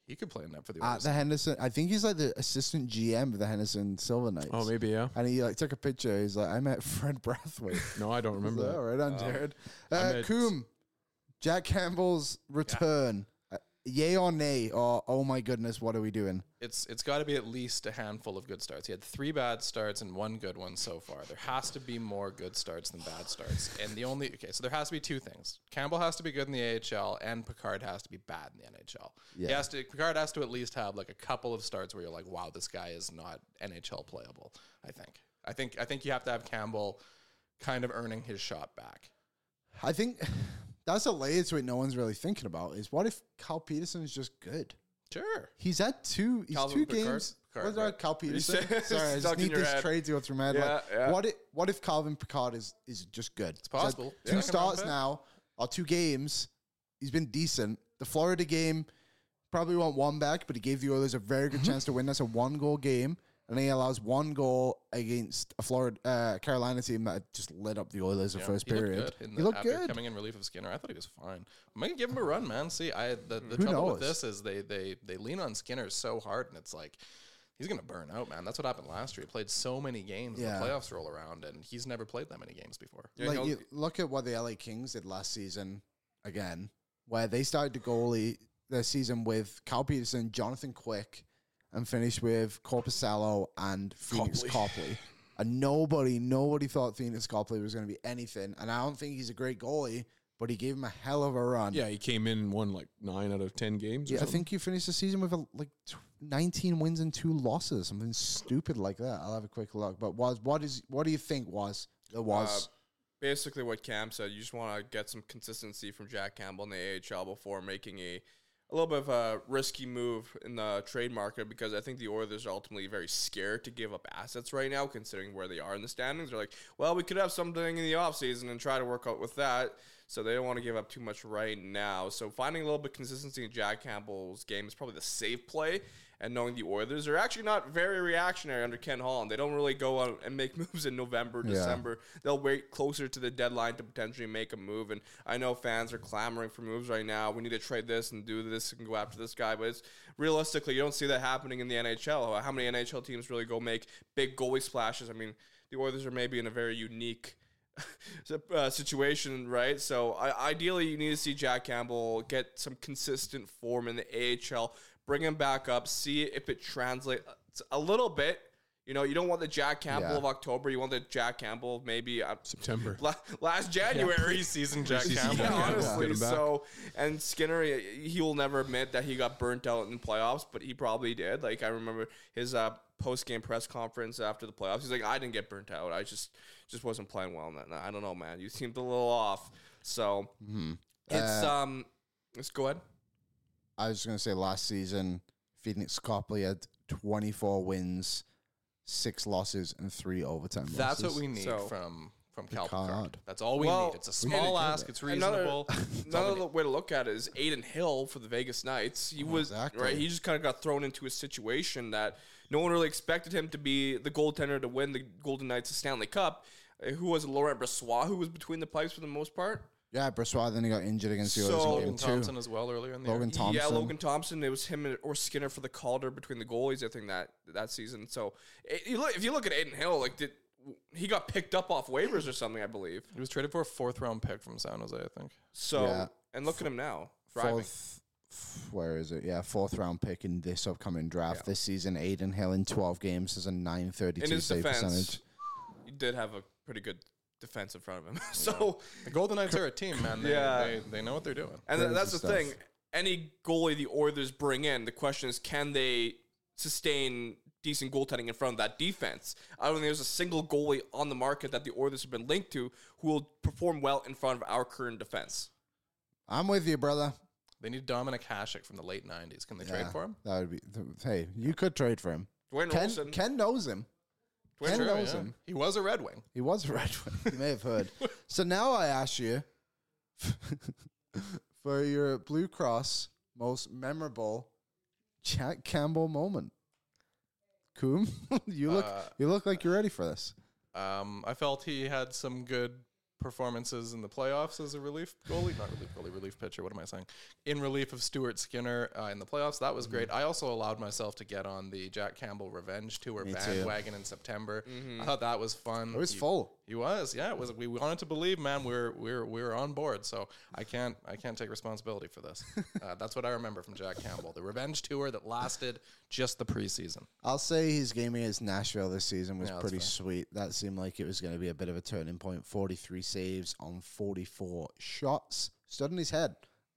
S4: He could play a net for the
S3: at
S4: Oilers.
S3: the Henderson? I think he's like the assistant GM of the Henderson Silver Knights.
S5: Oh, maybe yeah.
S3: And he like took a picture. He's like, I met Fred Brathwaite.
S5: No, I don't remember
S3: So,
S5: that. Oh.
S3: All right, on Jared. Uh,
S5: met-
S3: Coombe, Jack Campbell's return. Uh, yay or nay, or oh my goodness, what are we doing?
S4: It's it's got to be at least a handful of good starts. He had three bad starts and one good one so far. There has to be more good starts than bad starts. And the only okay, so there has to be two things. Campbell has to be good in the AHL, and Picard has to be bad in the NHL. He has to Picard has to at least have like a couple of starts where you're like, wow, this guy is not NHL playable. I think. I think I think you have to have Campbell kind of earning his shot back.
S3: I think that's a layer to it no one's really thinking about is what if Cal Peterson's just good?
S4: Sure.
S3: He's had two. He's
S4: Calvin
S3: two
S4: Picard?
S3: games.
S4: Picard,
S3: What's
S4: right.
S3: that, Cal Peterson?
S6: said-
S3: Sorry, I just
S6: stuck in
S3: need
S6: your
S3: this
S6: head.
S3: trade to go through my head. like,
S6: Yeah, yeah.
S3: What if What if Calvin Picard is is just good? It's
S4: possible. Yeah.
S3: Two
S4: Second round
S3: starts
S4: pick.
S3: now or two games. He's been decent. The Florida game probably want one back, but he gave the Oilers a very
S4: Mm-hmm.
S3: good chance to win. That's a one goal game, and he allows one goal against a Florida uh, Carolina team that just lit up the Oilers the first
S4: he
S3: period.
S4: Looked good in
S3: he
S4: the,
S3: looked
S4: after
S3: good.
S4: Coming in relief of Skinner, I thought he was fine. I'm gonna give him a run, man. See, I the, the
S3: Who
S4: trouble
S3: knows?
S4: with this is they they they lean on Skinner so hard, and it's like he's gonna burn out, man. That's what happened last year. He played so many games.
S3: Yeah.
S4: The playoffs roll around, and he's never played that many games before.
S6: Yeah,
S3: like
S6: he'll-
S3: you look at what the LA Kings did last season again, where they started the goalie their season with Cal Peterson, Jonathan Quick, and finished with Corpusello and Phoenix Copley. And nobody, nobody thought Phoenix Copley was going to be anything. And I don't think he's a great goalie, but he gave him a hell of a run.
S5: Yeah, he came in and won like nine out of ten games. Or
S3: Yeah, I
S5: something.
S3: think you finished the season with a, like tw- 19 wins and two losses, something stupid like that. I'll have a quick look. But was what is what do you think was it was?
S6: basically what Cam said. You just want to get some consistency from Jack Campbell in the AHL before making a a little bit of a risky move in the trade market because I think the Oilers are ultimately very scared to give up assets right now, considering where they are in the standings. They're like, well, we could have something in the offseason and try to work out with that. So they don't want to give up too much right now. So finding a little bit of consistency in Jack Campbell's game is probably the safe play. And knowing the Oilers are actually not very reactionary under Ken Holland. They don't really go out and make moves in November, December. They'll wait closer to the deadline to potentially make a move. And I know fans are clamoring for moves right now. We need to trade this and do this and go after this guy. But it's realistically, you don't see that happening in the NHL. How many NHL teams really go make big goalie splashes? I mean, the Oilers are maybe in a very unique si- uh, situation, right? So I, ideally, you need to see Jack Campbell get some consistent form in the AHL, bring him back up, see if it translates a little bit. You know, you don't want the Jack Campbell
S3: Yeah.
S6: of October. You want the Jack Campbell of maybe uh,
S5: September.
S6: la- last January.
S4: Preseason Jack Campbell.
S6: Yeah,
S5: Yeah,
S6: honestly.
S5: get him back.
S6: So, and Skinner, he he will never admit that he got burnt out in the playoffs, but he probably did. Like I remember his uh, post game press conference after the playoffs. He's like, "I didn't get burnt out. I just just wasn't playing well." And I don't know, man. You seemed a little off. So
S5: Mm-hmm.
S6: it's
S3: Uh,
S6: um, let's go ahead.
S3: I was going to say last season, Phoenix Copley had 24 wins, six losses, and three overtime
S4: That's
S3: losses.
S4: what we need
S6: So-
S4: from from Cal
S3: Picard.
S4: Picard. That's all we
S6: Well,
S4: need. It's a small ask. It's reasonable.
S6: Another,
S4: It's all we
S6: another
S4: need.
S6: way to look at it is Aiden Hill for the Vegas Knights. He was
S3: Oh, exactly.
S6: right. He just kind of got thrown into a situation that no one really expected him to be the goaltender to win the Golden Knights the Stanley Cup. Uh, Who was it, Laurent Brassois, who was between the pipes for the most part?
S3: Yeah, Bressois then he got injured against the
S6: So-
S3: Oilers in
S4: Logan
S3: game two.
S4: Thompson as well earlier in the
S3: Logan
S4: year.
S3: Thompson.
S6: Yeah, Logan Thompson. It was him and- or Skinner for the Calder between the goalies. I think that that season. So it, you look, if you look at Aiden Hill, like did he got picked up off waivers or something? I believe.
S4: He was traded for a fourth round pick from San Jose, I think.
S6: So
S3: Yeah.
S6: and look at him now. Thriving.
S3: Fourth, f- where is it? Yeah, fourth round pick in this upcoming draft. This season, Aiden Hill in 12 games has a 932
S6: in his
S3: save
S6: defense,
S3: percentage.
S6: he did have a pretty good defense in front of him. so,
S4: The Golden Knights are a team, man. They,
S6: Yeah.
S4: they, they know what they're doing.
S6: and
S3: Crazy
S6: that's the
S3: stuff.
S6: thing. Any goalie the Oilers bring in, the question is, can they sustain decent goaltending in front of that defense? I don't think there's a single goalie on the market that the Oilers have been linked to who will perform well in front of our current defense.
S3: I'm with you, brother.
S4: They need Dominic Hasek from the late '90s. Can they trade
S3: Yeah,
S4: for him?
S3: That would be. Th- hey, you could trade for him.
S6: Dwayne
S3: Ken,
S6: Olsen.
S3: Ken knows him. Ken
S4: Sure,
S3: knows
S4: yeah.
S3: him.
S4: He was a Red Wing.
S3: He was a Red Wing. You may have heard. so now I ask you for your Blue Cross most memorable Jack Campbell moment. Coom, you look
S4: Uh,
S3: you look like you're ready for this.
S4: Um, I felt he had some good performances in the playoffs as a relief goalie, not relief goalie, relief pitcher. What am I saying? In relief of Stuart Skinner uh, in the playoffs, that was
S3: Mm-hmm.
S4: great. I also allowed myself to get on the Jack Campbell revenge tour
S3: Me too.
S4: bandwagon in September. I thought that was fun.
S3: It was
S4: He-
S3: full.
S4: He was, yeah. It was. We wanted to believe, man. We we're we we're we we're on board. So I can't I can't take responsibility for this. Uh, that's what I remember from Jack Campbell, the revenge tour that lasted just the preseason.
S3: I'll say his game against Nashville this season was
S4: Yeah, that's
S3: pretty
S4: fair.
S3: sweet. That seemed like it was going to be a bit of a turning point. 43 saves on 44 shots. Stood in his head.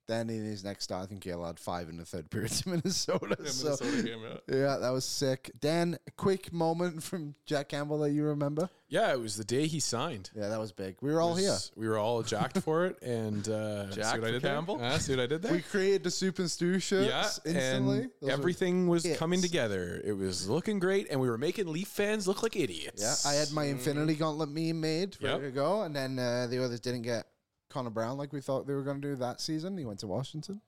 S3: Then in his next start, I think he'll add five in the third period to Minnesota. so,
S4: Minnesota game, yeah.
S3: yeah, that was sick. Dan, a quick moment from Jack Campbell that you remember.
S5: Yeah, it was the day he signed.
S3: Yeah, that was big. We were all here.
S5: Was- We were all jacked for it, and uh, see
S4: Jacked
S5: what I
S4: for
S5: did there?
S4: Campbell?
S5: Uh, see what I did there?
S3: We created the soup and stew
S5: yeah,
S3: shirts instantly.
S5: and
S3: Those were-
S5: everything was
S3: hits.
S5: coming together. It was looking great, and we were making Leaf fans look like idiots.
S3: Yeah, I had my Infinity Gauntlet meme made ready
S5: Yep.
S3: to go, and then uh, the others didn't get Connor Brown like we thought they were going to do that season. He went to Washington.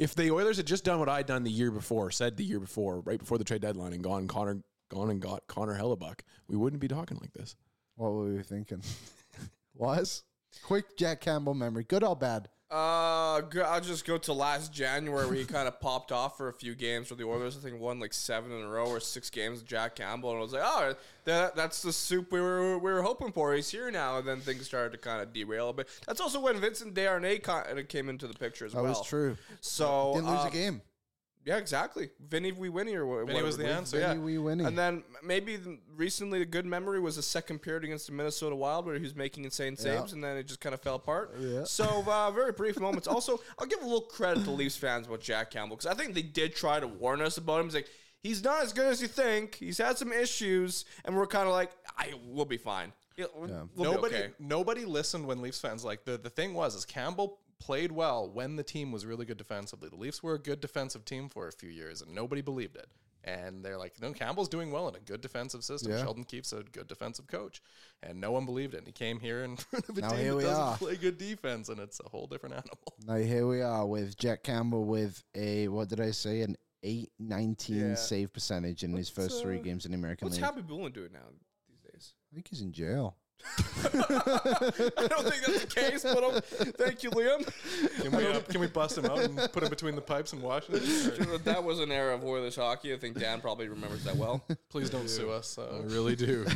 S5: If the Oilers had just done what I'd done the year before, said the year before, right before the trade deadline, and gone Connor, gone and got Connor Hellebuck, we wouldn't be talking like this.
S3: What were we thinking? Was quick Jack Campbell memory, good or bad?
S6: Uh, go- I'll just go to last January where he kind of popped off for a few games where the Oilers I think won like seven in a row or six games. with Jack Campbell and I was like, oh, that, that's the soup we were we were hoping for. He's here now, and then things started to kind of derail a bit. That's also when Vincent Darnay kind of came into the picture as
S3: That
S6: well.
S3: was true.
S6: So
S3: Didn't lose
S6: uh,
S3: a game.
S6: Yeah, exactly. Vinny we winnie or what?
S4: Vinny was the answer.
S6: Yeah.
S3: Vinny, we winnie.
S6: And then maybe the- recently the good memory was a second period against the Minnesota Wild where he was making insane saves and then it just kind of fell apart.
S3: Yeah.
S6: So uh, very brief moments. Also, I'll give a little credit to Leafs fans about Jack Campbell because I think they did try to warn us about him. He's like, he's not as good as you think. He's had some issues, and we're kind of like, I will be fine. Yeah, we'll- we'll be
S4: nobody
S6: okay.
S4: nobody listened when Leafs fans like the the thing was is Campbell played well when the team was really good defensively. The Leafs were a good defensive team for a few years and nobody believed it. And they're like, no, Campbell's doing well in a good defensive system. Sheldon Keefe's a good defensive coach, and no one believed it. And he came here in front of a
S3: Now
S4: team
S3: here
S4: that
S3: we
S4: doesn't
S3: are.
S4: play good defense, and it's a whole different animal.
S3: Now here we are with Jack Campbell with a what did I say an eight nineteen save percentage in his first three games in the American
S6: What's
S3: League.
S6: Happy Bullen doing now these days?
S3: I think he's in jail.
S6: I don't think that's the case, but um, thank you, Liam.
S4: Can we, uh, can we bust him out and put him between the pipes and wash him? Or-
S6: that was an era of Oilers hockey. I think Dan probably remembers that well.
S4: Please don't sue us. uh,
S5: I really do.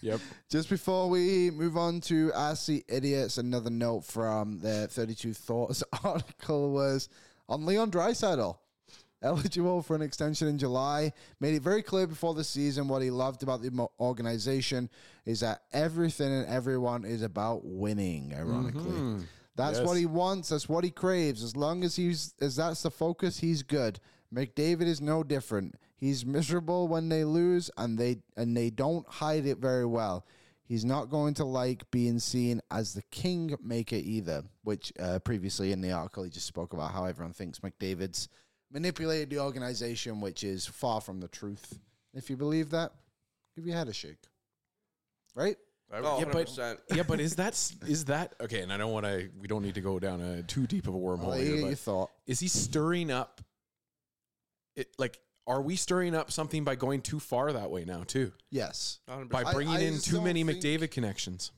S5: yep.
S3: Just before we move on to RC Idiots, another note from the 32 Thoughts article was on Leon Dreisaitl. Eligible for an extension in July, made it very clear before the season what he loved about the mo- organization is that everything and everyone is about winning. Ironically, that's what he wants. That's what he craves. As long as he's as that's the focus, he's good. McDavid is no different. He's miserable when they lose, and they and they don't hide it very well. He's not going to like being seen as the king maker either, which uh, previously in the article he just spoke about how everyone thinks McDavid's manipulated the organization, which is far from the truth. If you believe that, give your head a shake. Right?
S6: Oh,
S5: Yeah, but
S6: 100%.
S5: yeah, but is that is that okay? And I don't want to. We don't need to go down a too deep of a wormhole
S3: Well,
S5: here.
S3: you,
S5: but
S3: you thought.
S5: is he stirring up? It, like, are we stirring up something by going too far that way now too?
S3: Yes.
S6: 100%.
S5: By
S3: I-
S5: bringing
S3: I
S5: in
S3: just
S5: too
S3: don't
S5: many
S3: think-
S5: McDavid connections.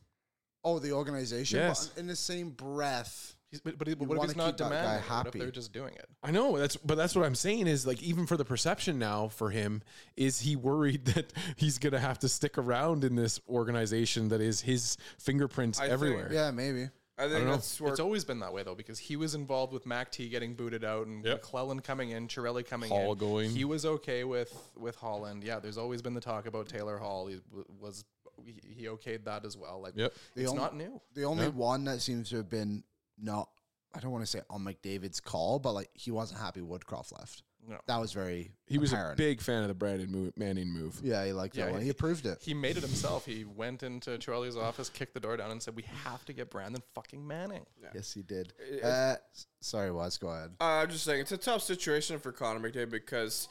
S3: Oh, the organization.
S5: Yes.
S3: But in the same breath,
S4: he's- but, but, but
S3: You
S4: what if
S3: wanna
S4: he's not
S3: keep that guy
S4: demanding? it? What if
S3: happy.
S4: they're just doing it?
S5: I know that's, but that's what I'm saying is like even for the perception now for him is he worried that he's gonna have to stick around in this organization that is his fingerprints
S6: think-
S5: everywhere.
S3: yeah, maybe.
S6: I think
S5: know.
S6: that's where
S4: It's always been that way though, because he was involved with Mac T getting booted out and McClellan coming in, Chirelli coming
S5: Hall
S4: in.
S5: going.
S4: He was okay with with Holland. Yeah, there's always been the talk about Taylor Hall. He w- was he he okayed that as well. Like
S5: Yep.
S3: The
S4: it's
S3: only-
S4: not new.
S3: The only one that seems to have been not, I don't want to say on McDavid's call, but like he wasn't happy Woodcroft left.
S4: No.
S3: That was very.
S5: He was
S3: apparent.
S5: a big fan of the Brandon Mo- Manning move.
S3: Yeah, he liked that
S4: Yeah,
S3: one. He
S4: he-
S3: approved it.
S4: He made it himself. He went into Chirelli's office, kicked the door down, and said, "We have to get Brandon fucking Manning."
S3: yes, he did. Uh, s- sorry, Waz, go ahead.
S6: Uh, I'm just saying it's a tough situation for Connor McDavid because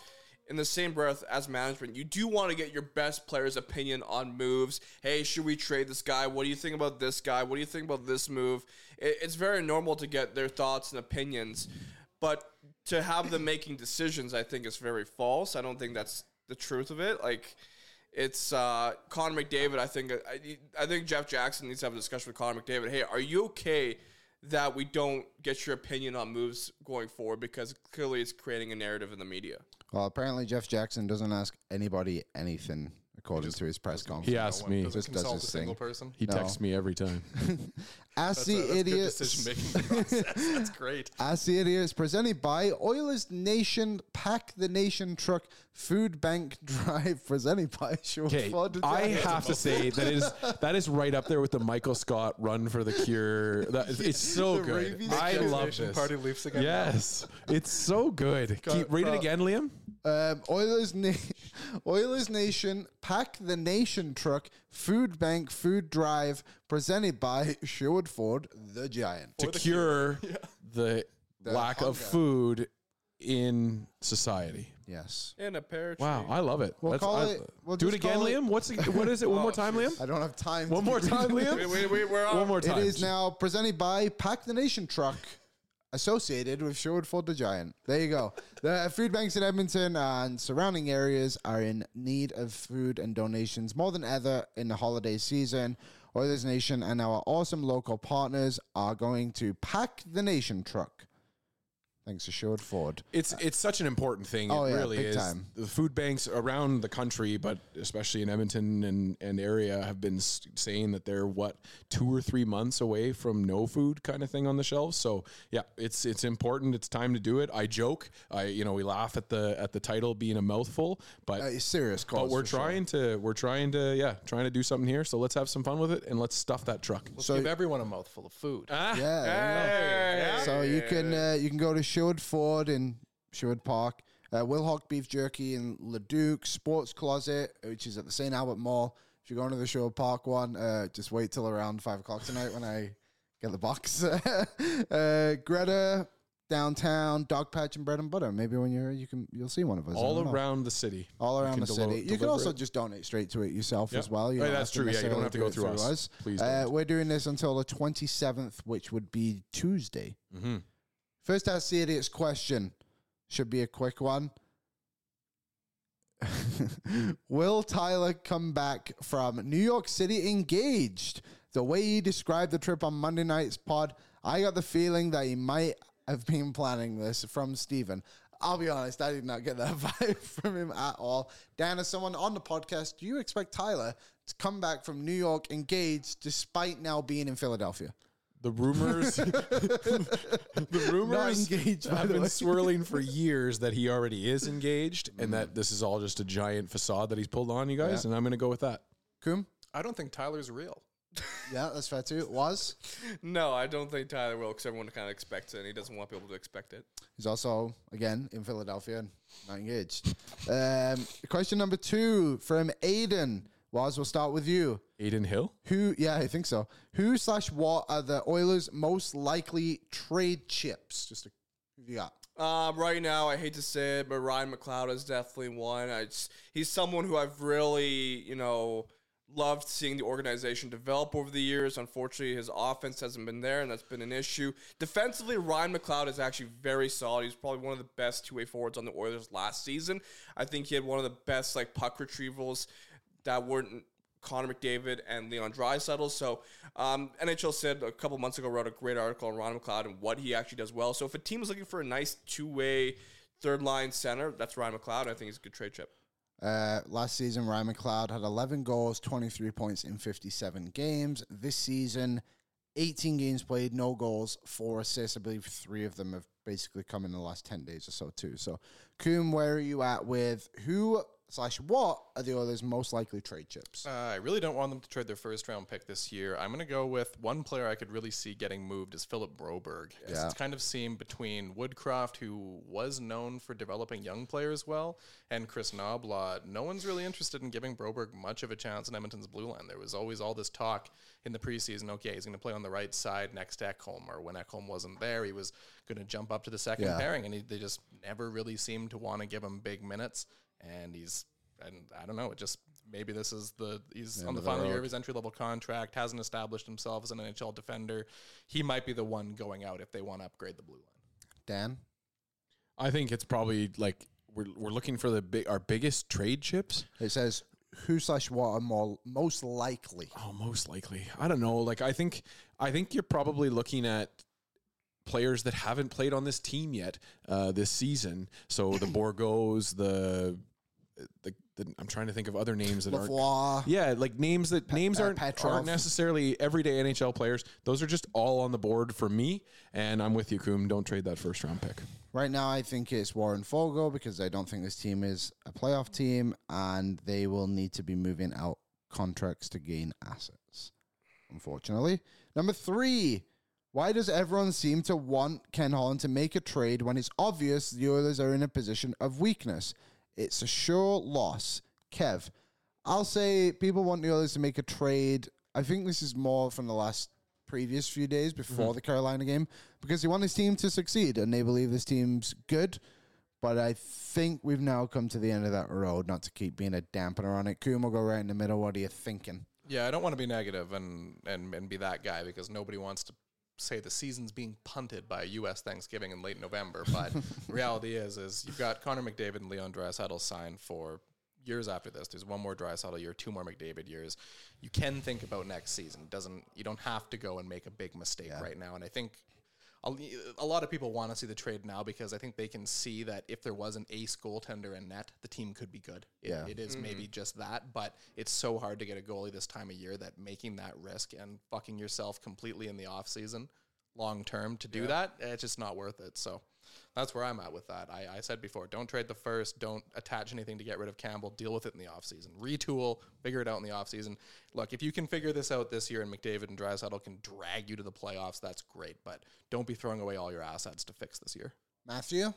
S6: in the same breath as management, you do want to get your best player's opinion on moves. Hey, should we trade this guy? What do you think about this guy? What do you think about this move? It, it's very normal to get their thoughts and opinions, but to have them making decisions, I think is very false. I don't think that's the truth of it. Like it's uh, Connor McDavid. I think I, I think Jeff Jackson needs to have a discussion with Connor McDavid. Hey, are you okay that we don't get your opinion on moves going forward because clearly it's creating a narrative in the media?
S3: Well, apparently Jeff Jackson doesn't ask anybody anything according to his press conference.
S5: He asked me.
S3: Just
S4: Doesn't
S3: does
S4: consult a
S3: his
S4: single
S3: thing.
S4: person.
S5: He
S3: No.
S5: texts me every time.
S3: As
S4: That's, a,
S3: the
S4: that's good
S3: idiots,
S4: decision making process. That's great.
S3: as the idiots, presented by Oilers Nation, Pack the Nation Truck Food Bank Drive, presented by Sean
S5: Okay,
S3: Ford.
S5: I have to say that is that is right up there with the Michael Scott run for the cure. That, is- it's so
S3: The
S5: good.
S3: rabies
S5: I
S3: cure.
S5: love
S4: Nation
S5: this.
S4: Party Leafs again.
S5: Yes, it's so good. Keep, read it
S3: bro.
S5: again, Liam.
S3: Um, Oilers, Na- Oilers Nation, Pack the Nation Truck Food Bank Food Drive, presented by Sherwood Ford, the Giant.
S5: To cure the lack of food in society.
S3: Yes.
S6: In a pear tree.
S5: Wow, I love it.
S3: We'll
S5: That's-
S3: call
S5: I-
S3: it- we'll
S5: do it
S3: just
S5: again,
S3: call it-
S5: Liam. What's it, what is it? One more time, Liam.
S3: I don't have time.
S5: One
S3: to
S5: more
S3: do
S5: time,
S3: this.
S5: Liam.
S6: Wait, wait, wait, we're
S5: One
S6: on.
S5: more time.
S3: It is now presented by Pack the Nation Truck, associated with Sherwood Ford the Giant. There you go. the food banks in Edmonton and surrounding areas are in need of food and donations more than ever in the holiday season. Oilers Nation and our awesome local partners are going to Pack the Nation Truck. Thanks to Sherwood Ford.
S5: It's it's such an important thing.
S3: Oh,
S5: it
S3: yeah,
S5: really
S3: big
S5: is.
S3: time.
S5: The food banks around the country, but especially in Edmonton and, and area, have been s- saying that they're what two or three months away from no food kind of thing on the shelves. So yeah, it's it's important. It's time to do it. I joke. I you know we laugh at the at the title being a mouthful, but.
S3: Uh, it's serious cause.
S5: but we're
S3: for sure.
S5: trying to we're trying to yeah trying to do something here so let's have some fun with it and let's stuff that truck
S4: Let's
S3: So-
S4: give everyone a mouthful of food.
S3: Yeah. there you go. So you can uh, you can go to Sherwood Ford in Sherwood Park, uh, Wilhock Beef Jerky in Leduc, Sports Closet, which is at the St. Albert Mall. If you're going to the Sherwood Park one, uh, just wait till around five o'clock tonight when I get the box. uh, Greta downtown, Dog Patch and Bread and Butter. Maybe when you're you can you'll see one of us. I
S5: all
S3: don't know.
S5: around the city
S3: All around
S5: can
S3: the
S5: deli-
S3: city. You can
S5: deliver
S3: also
S5: it.
S3: just donate straight to it yourself
S5: Yeah.
S3: as well. You
S5: Oh,
S3: don't
S5: that's
S3: have to
S5: true. Yeah, you don't
S3: necessarily
S5: have to go
S3: do it
S5: through us. Please
S3: Uh,
S5: don't.
S3: we're doing this until the 27th, which would be Tuesday.
S5: Mm-hmm.
S3: First, ask the idiot's question. Should be a quick one. Will Tyler come back from New York City engaged? The way he described the trip on Monday night's pod, I got the feeling that he might have been planning this from Steven. I'll be honest, I did not get that vibe from him at all. Dan, as someone on the podcast, do you expect Tyler to come back from New York engaged despite now being in Philadelphia?
S5: The rumors, the rumors
S3: engaged, by
S5: have
S3: the
S5: been
S3: way.
S5: swirling for years that he already is engaged, and that
S3: Mm.
S5: this is all just a giant facade that he's pulled on you guys. And I'm going to go with that.
S3: Coom?
S4: I don't think Tyler's real.
S3: Yeah, that's fair too. It was.
S6: No, I don't think Tyler will because everyone kind of expects it and he doesn't want people to expect it.
S3: He's also, again, in Philadelphia and not engaged. Um, question number two from Aiden. Waz, we'll start with you.
S5: Aiden Hill.
S3: Who, yeah, I think so. Who slash what are the Oilers' most likely trade chips? Just a, who you got?
S6: Um, right now, I hate to say it, but Ryan McLeod is definitely one. I just, he's someone who I've really, you know, loved seeing the organization develop over the years. Unfortunately, his offense hasn't been there, and that's been an issue. Defensively, Ryan McLeod is actually very solid. He's probably one of the best two-way forwards on the Oilers last season. I think he had one of the best like puck retrievals that weren't Connor McDavid and Leon Draisaitl. So um, NHL said a couple months ago wrote a great article on Ron McLeod and what he actually does well. So if a team is looking for a nice two way third line center, that's Ryan McLeod. I think he's a good trade chip.
S3: Uh, last season, Ryan McLeod had 11 goals, 23 points in 57 games. This season, 18 games played, no goals, four assists. I believe three of them have basically come in the last 10 days or so, too. So, Coom, where are you at with who slash what are the Oilers' most likely trade chips?
S4: Uh, I really don't want them to trade their first round pick this year. I'm going to go with one player I could really see getting moved is Philip Broberg. It's kind of seen between Woodcroft, who was known for developing young players well, and Chris Knoblaw. No one's really interested in giving Broberg much of a chance in Edmonton's blue line. There was always all this talk in the preseason. Okay, he's going to play on the right side next to Ekholm, or when Ekholm wasn't there, he was going to jump up to the second
S3: Yeah.
S4: pairing, and he, they just never really seemed to want to give him big minutes. And he's and I don't know. It just maybe this is the he's on the final year of his entry level contract, hasn't established himself as an NHL defender. He might be the one going out if they want to upgrade the blue line.
S3: Dan?
S5: I think it's probably like we're we're looking for the big our biggest trade chips.
S3: It says who slash what are more, most likely.
S5: Oh, most likely. I don't know. Like I think I think you're probably looking at players that haven't played on this team yet uh, this season. So the Borgos, the the the, I'm trying to think of other names that are
S3: Lafleur.
S5: yeah, like names that names
S3: uh,
S5: aren't,
S3: Petrov.
S5: aren't necessarily everyday NHL players. Those are just all on the board for me. And I'm with you, Coom. Don't trade that first round pick.
S3: Right now, I think it's Warren Fogle because I don't think this team is a playoff team, and they will need to be moving out contracts to gain assets. Unfortunately, number three. Why does everyone seem to want Ken Holland to make a trade when it's obvious the Oilers are in a position of weakness? It's a sure loss. Kev, I'll say people want the Oilers to make a trade. I think this is more from the last previous few days before the Carolina game because they want this team to succeed and they believe this team's good. But I think we've now come to the end of that road, not to keep being a dampener on it. Coom will go right in the middle. What are you thinking?
S4: Yeah, I don't want to be negative and, and and be that guy because nobody wants to say the season's being punted by U.S. Thanksgiving in late November. But reality is, is you've got Connor McDavid and Leon Draisaitl signed for years after this. There's one more Draisaitl year, two more McDavid years. You can think about next season. It doesn't you don't have to go and make a big mistake right now. And I think. a- A lot of people want to see the trade now because I think they can see that if there was an ace goaltender in net, the team could be good. It-
S3: Yeah.
S4: it is maybe just that, but it's so hard to get a goalie this time of year that making that risk and fucking yourself completely in the off season, long term to do that, eh, it's just not worth it. So that's where I'm at with that. I, I said before, don't trade the first, don't attach anything to get rid of Campbell, deal with it in the off season. Retool, figure it out in the off season. Look, if you can figure this out this year and McDavid and Drysaddle can drag you to the playoffs, that's great, but don't be throwing away all your assets to fix this year.
S3: Matthew?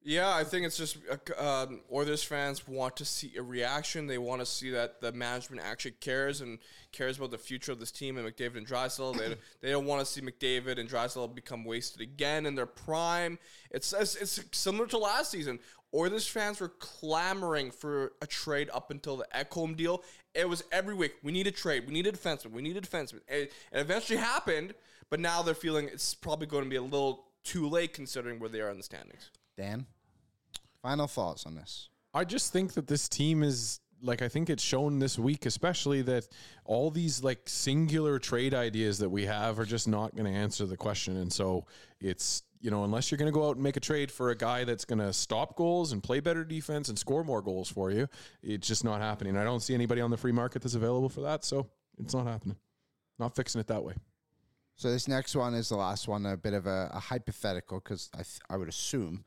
S6: Yeah, I think it's just uh, c- um, Oilers fans want to see a reaction. They want to see that the management actually cares and cares about the future of this team and McDavid and Drysdale. They they don't want to see McDavid and Drysdale become wasted again in their prime. It's it's, it's similar to last season. Oilers fans were clamoring for a trade up until the Ekholm deal. It was every week. We need a trade. We need a defenseman. We need a defenseman. It, it eventually happened, but now they're feeling it's probably going to be a little too late considering where they are in the standings.
S3: Dan? Final thoughts on this.
S5: I just think that this team is like I think it's shown this week, especially that all these like singular trade ideas that we have are just not going to answer the question. And so it's you know unless you're going to go out and make a trade for a guy that's going to stop goals and play better defense and score more goals for you, it's just not happening. I don't see anybody on the free market that's available for that, so it's not happening. Not fixing it that way.
S3: So this next one is the last one, a bit of a, a hypothetical because I, th- I would assume.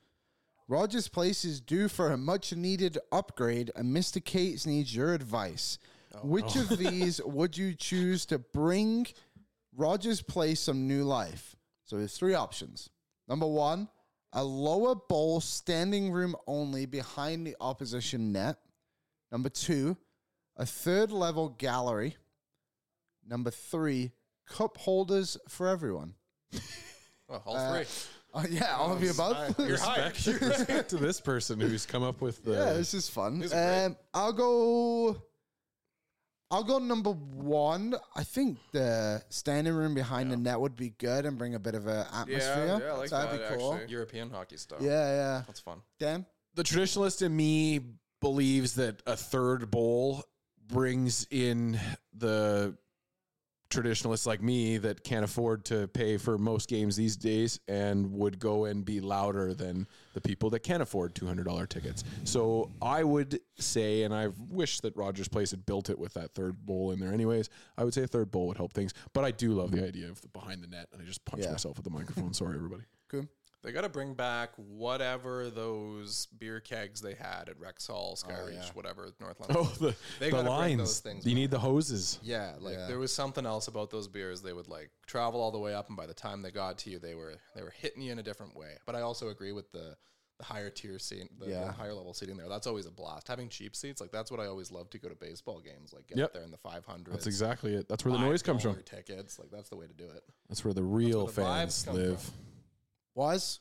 S3: Rogers Place is due for a much needed upgrade, and Mr. Cates needs your advice. Which of these would you choose to bring Rogers Place some new life? So there's three options. Number one, a lower bowl standing room only behind the opposition net. Number two, a third level gallery. Number three, cup holders for everyone.
S4: Well, all
S3: Uh,
S4: three.
S3: Oh yeah, all of you above.
S5: Respect, respect to this person who's come up with the
S3: yeah, this is fun.
S4: These are great.
S3: Um, I'll go. I'll go number one. I think the standing room behind the net would be good and bring a bit of an atmosphere.
S6: yeah, I like
S3: So
S6: that, actually.
S4: European hockey stuff.
S3: Yeah, yeah.
S4: That's fun.
S3: Dan,
S5: the traditionalist in me believes that a third bowl brings in the traditionalists like me that can't afford to pay for most games these days and would go and be louder than the people that can afford $200 tickets. So I would say, and I wish that Rogers Place had built it with that third bowl in there anyways, I would say a third bowl would help things. But I do love the idea of the behind the net. And I just punched
S3: Yeah.
S5: myself with the microphone. Sorry, everybody.
S3: cool.
S4: They got to bring back whatever those beer kegs they had at Rexall, Sky
S3: Oh,
S4: Reach, whatever North London.
S5: Oh, the,
S4: They
S5: the
S4: gotta bring
S5: lines.
S4: those things
S5: you
S4: back.
S5: need the hoses.
S4: Yeah, like
S3: Yeah.
S4: there was something else about those beers. They would like travel all the way up, and by the time they got to you, they were they were hitting you in a different way. But I also agree with the the higher tier seat, the, the
S3: Yeah.
S4: higher level seating there. That's always a blast. Having cheap seats, like that's what I always love to go to baseball games. Like get
S5: Yep.
S4: up there in the five hundred.
S5: That's exactly it. That's where the noise comes from.
S4: Tickets, like that's the way to do it.
S5: That's where the real
S4: the vibes
S5: fans
S4: come
S5: live.
S4: from.
S3: Was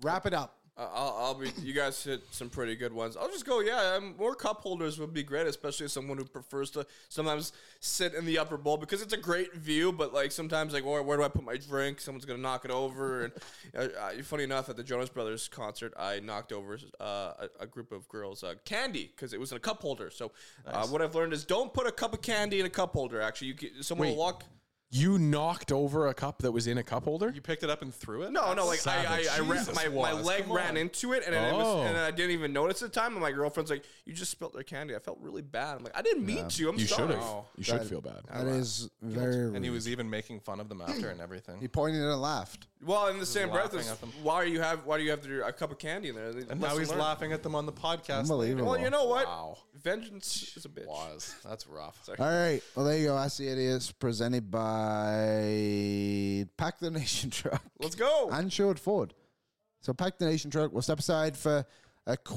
S3: wrap it up.
S6: Uh, I'll, I'll be. You guys hit some pretty good ones. I'll just go. Yeah, um, more cup holders would be great, especially as someone who prefers to sometimes sit in the upper bowl because it's a great view. But like sometimes, like, or where do I put my drink? Someone's gonna knock it over. And uh, uh, funny enough, at the Jonas Brothers concert, I knocked over uh, a, a group of girls' uh, candy because it was in a cup holder. So uh, what I've learned is don't put a cup of candy in a cup holder. Actually, you can, someone
S5: Wait.
S6: will walk.
S5: You knocked over a cup that was in a cup holder.
S4: You picked it up and threw it?
S6: No, no, like
S4: That's
S6: I, I, I
S4: savage.
S6: ran,
S4: Jesus,
S6: my, my
S4: Waz,
S6: leg
S4: come
S6: ran
S4: on.
S6: into it, and it was,
S5: Oh.
S6: and I didn't even notice at the time. And my girlfriend's like, "You just spilled their candy." I felt really bad. I'm like, "I didn't mean to." I'm
S5: You should
S6: sorry.
S5: have.
S4: Oh,
S5: you should
S3: that-
S5: feel bad.
S3: That is very.
S4: And he
S3: rude.
S4: was even making fun of them after and everything.
S3: He pointed and laughed.
S6: Well, in the same breath,
S4: laughing
S6: it's,
S4: at them.
S6: why are you have why do you have to, a cup of candy in there? They
S4: and
S6: must
S4: now
S6: have
S4: he's
S6: learned.
S4: laughing at them on the podcast.
S3: Unbelievable.
S6: Well, you know what?
S4: Wow.
S6: Vengeance is a bitch.
S4: Was. That's rough.
S3: All right. Well, there you go. I see idiots presented by Pack the Nation Truck
S6: Let's go.
S3: and Sherwood Ford. So Pack the Nation Truck will step aside for a qu-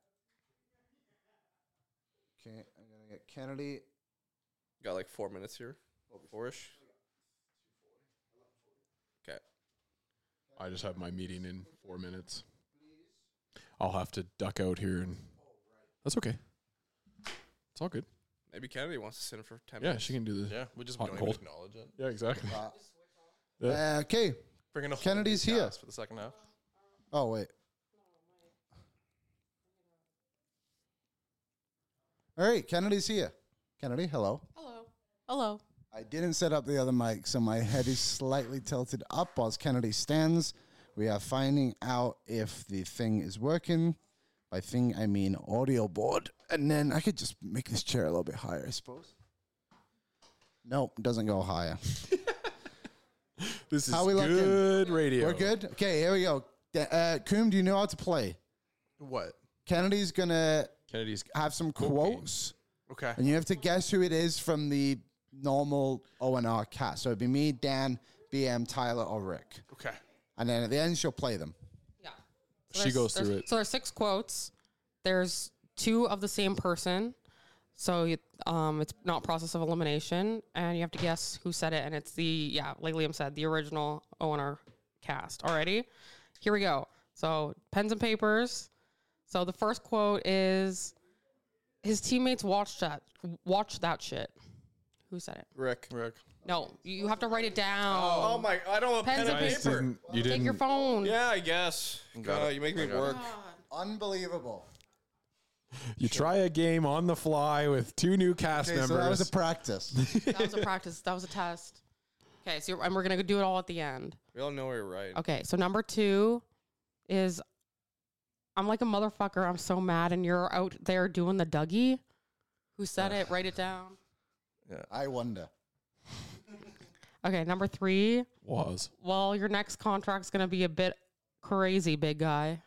S3: Okay, I'm gonna get Kennedy.
S6: Got like four minutes here.
S4: Oh,
S6: Fourish. Okay.
S5: I just have my meeting in four minutes. I'll have to duck out here, and that's okay. It's all good.
S6: Maybe Kennedy wants to sit in for ten
S5: Yeah,
S6: minutes.
S5: she can do this.
S4: Yeah, we just
S5: Hot
S4: don't
S5: and
S4: even
S5: cold.
S4: acknowledge it.
S5: Yeah, exactly. Yeah.
S3: Uh, okay.
S4: Bringing a whole
S3: Kennedy's
S4: new
S3: here.
S4: cast for the second half.
S3: Oh wait. All right, Kennedy's here. Kennedy, hello.
S7: Hello. Hello.
S3: I didn't set up the other mic, so my head is slightly tilted up as Kennedy stands. We are finding out if the thing is working. By thing, I mean audio board. And then I could just make this chair a little bit higher, I suppose. Nope, doesn't go higher.
S5: This is
S3: How we looking?
S5: good radio.
S3: We're good? Okay, here we go. Da- Uh, Coom, do you know how to play?
S4: What?
S3: Kennedy's gonna
S5: Kennedy's
S3: have some quotes,
S4: Okay.
S3: and you have to guess who it is from the normal ONR cat. So it'd be me, Dan, BM, Tyler, or Rick.
S4: Okay.
S3: And then at the end, she'll play them.
S7: Yeah.
S5: She
S7: there's-
S5: goes through
S7: there's-
S5: it.
S7: So there's six quotes. There's two of the same person. So you, um, it's not process of elimination, and you have to guess who said it. And it's the yeah, like Liam said, the original owner cast. Already, here we go. So pens and papers. So the first quote is, "His teammates watched that, watch that shit." Who said it?
S6: Rick. Rick.
S7: No, you you have to write it down.
S6: Oh, my! I don't have
S7: Pens
S6: pen
S7: and
S6: and
S7: papers.
S6: paper.
S5: didn't, you didn't
S7: Take your phone.
S6: Yeah, I guess.
S4: Got
S6: Uh,
S4: it.
S6: you make
S4: I
S6: me
S4: got it.
S6: work.
S3: Unbelievable.
S5: You try a game on the fly with two new cast
S3: Okay,
S5: members.
S3: so that was a practice.
S7: That was a practice. That was a test. Okay, so you're, and we're gonna do it all at the end.
S6: We all know we're right.
S7: Okay, so number two is I'm like a motherfucker. I'm so mad, and you're out there doing the Dougie. Who said it? Write it down.
S3: I wonder.
S7: Okay, number three.
S5: was.
S7: Well, your next contract's gonna be a bit crazy, big guy.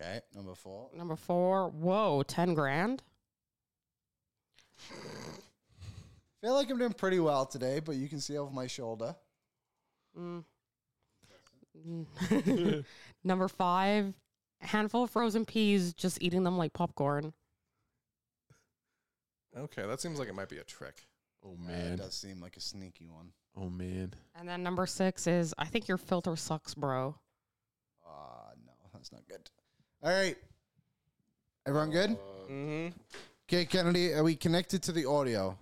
S3: Okay, number four.
S7: Number four. Whoa, ten grand.
S3: feel like I'm doing pretty well today, but you can see over my shoulder.
S7: Mm. Mm. number five. Handful of frozen peas, just eating them like popcorn.
S4: Okay, that seems like it might be a trick.
S5: Oh
S3: Uh,
S5: man.
S3: it does seem like a sneaky one.
S5: oh man.
S7: And then number six is I think your filter sucks, bro.
S3: Uh, Ah, no, that's not good. All right. Everyone good?
S6: Mm-hmm.
S3: Okay, Kennedy, are we connected to the audio?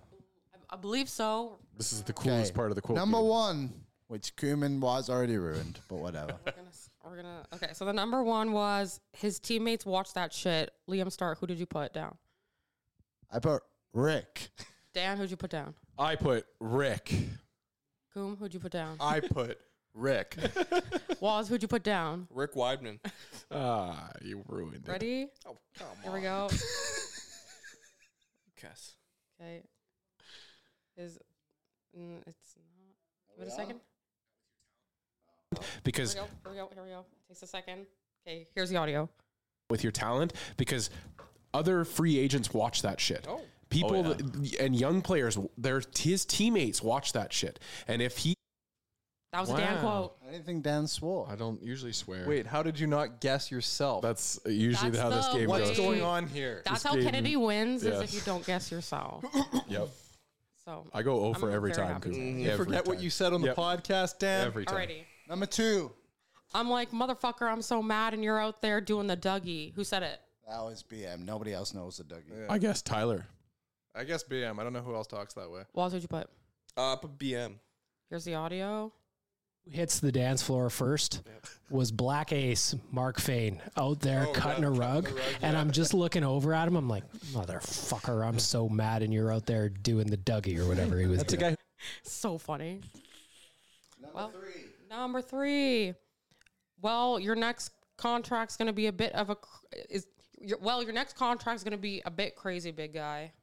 S7: I believe so.
S5: This is the coolest part of the quote.
S3: Number one, which Kuman was already ruined, but whatever.
S7: We're gonna okay. So the number one was his teammates watch that shit. Liam Stark, who did you put down?
S3: I put Rick.
S7: Dan, who'd you put down?
S5: I put Rick.
S7: Coom, who'd you put down?
S4: I put Rick.
S7: Waz, who'd you put down?
S6: Rick Weidman.
S5: Ah, you ruined it.
S7: Ready?
S6: Oh, come
S7: Here we go.
S6: Cuss.
S7: Okay. Is mm, it's not? Wait a second.
S8: because
S7: Here we go. Here we go. Here we go. Takes a second. Okay. Here's the audio.
S5: with your talent because other free agents watch that shit. People
S8: Oh, yeah.
S5: th- and young players, their his teammates watch that shit. And if he
S7: That was a Dan quote.
S3: I didn't think Dan swore.
S5: I don't usually swear.
S4: Wait, how did you not guess yourself?
S5: that's usually
S7: That's
S5: how this
S7: the
S5: game
S7: way-
S4: What's
S5: goes.
S4: going on here?
S7: That's
S5: This
S7: how
S5: game-
S7: Kennedy wins. Is if
S5: Yes.
S7: you don't guess yourself.
S5: Yep,
S7: So
S5: I go 0 for
S7: I'm
S5: every
S7: very
S5: time.
S7: happy. Mm-hmm.
S5: Coop.
S4: You
S5: Every
S4: forget what
S5: time.
S4: you said on the
S5: Yep.
S4: podcast, Dan.
S5: Every time.
S7: Alrighty.
S3: Number two,
S7: I'm like motherfucker. I'm so mad, and you're out there doing the Dougie. Who said it?
S3: that was BM. Nobody else knows the Dougie.
S5: I guess Tyler.
S4: I guess BM. I don't know who else talks that way.
S7: Waz, who'd you put?
S6: Uh, put BM.
S7: Here's the audio.
S8: who hits the dance floor first was Black Ace Mark Fain out there
S6: Oh,
S8: cutting
S6: yeah,
S8: a
S6: cutting
S8: rug,
S6: the rug,
S8: and
S6: yeah.
S8: I'm just looking over at him. I'm like, motherfucker, I'm so mad, and you're out there doing the Dougie or whatever he was doing.
S7: So funny. Number three. Number three. Well, your next contract's going to be a bit of a cr- is your, well, your next contract's going to be a bit crazy, big guy.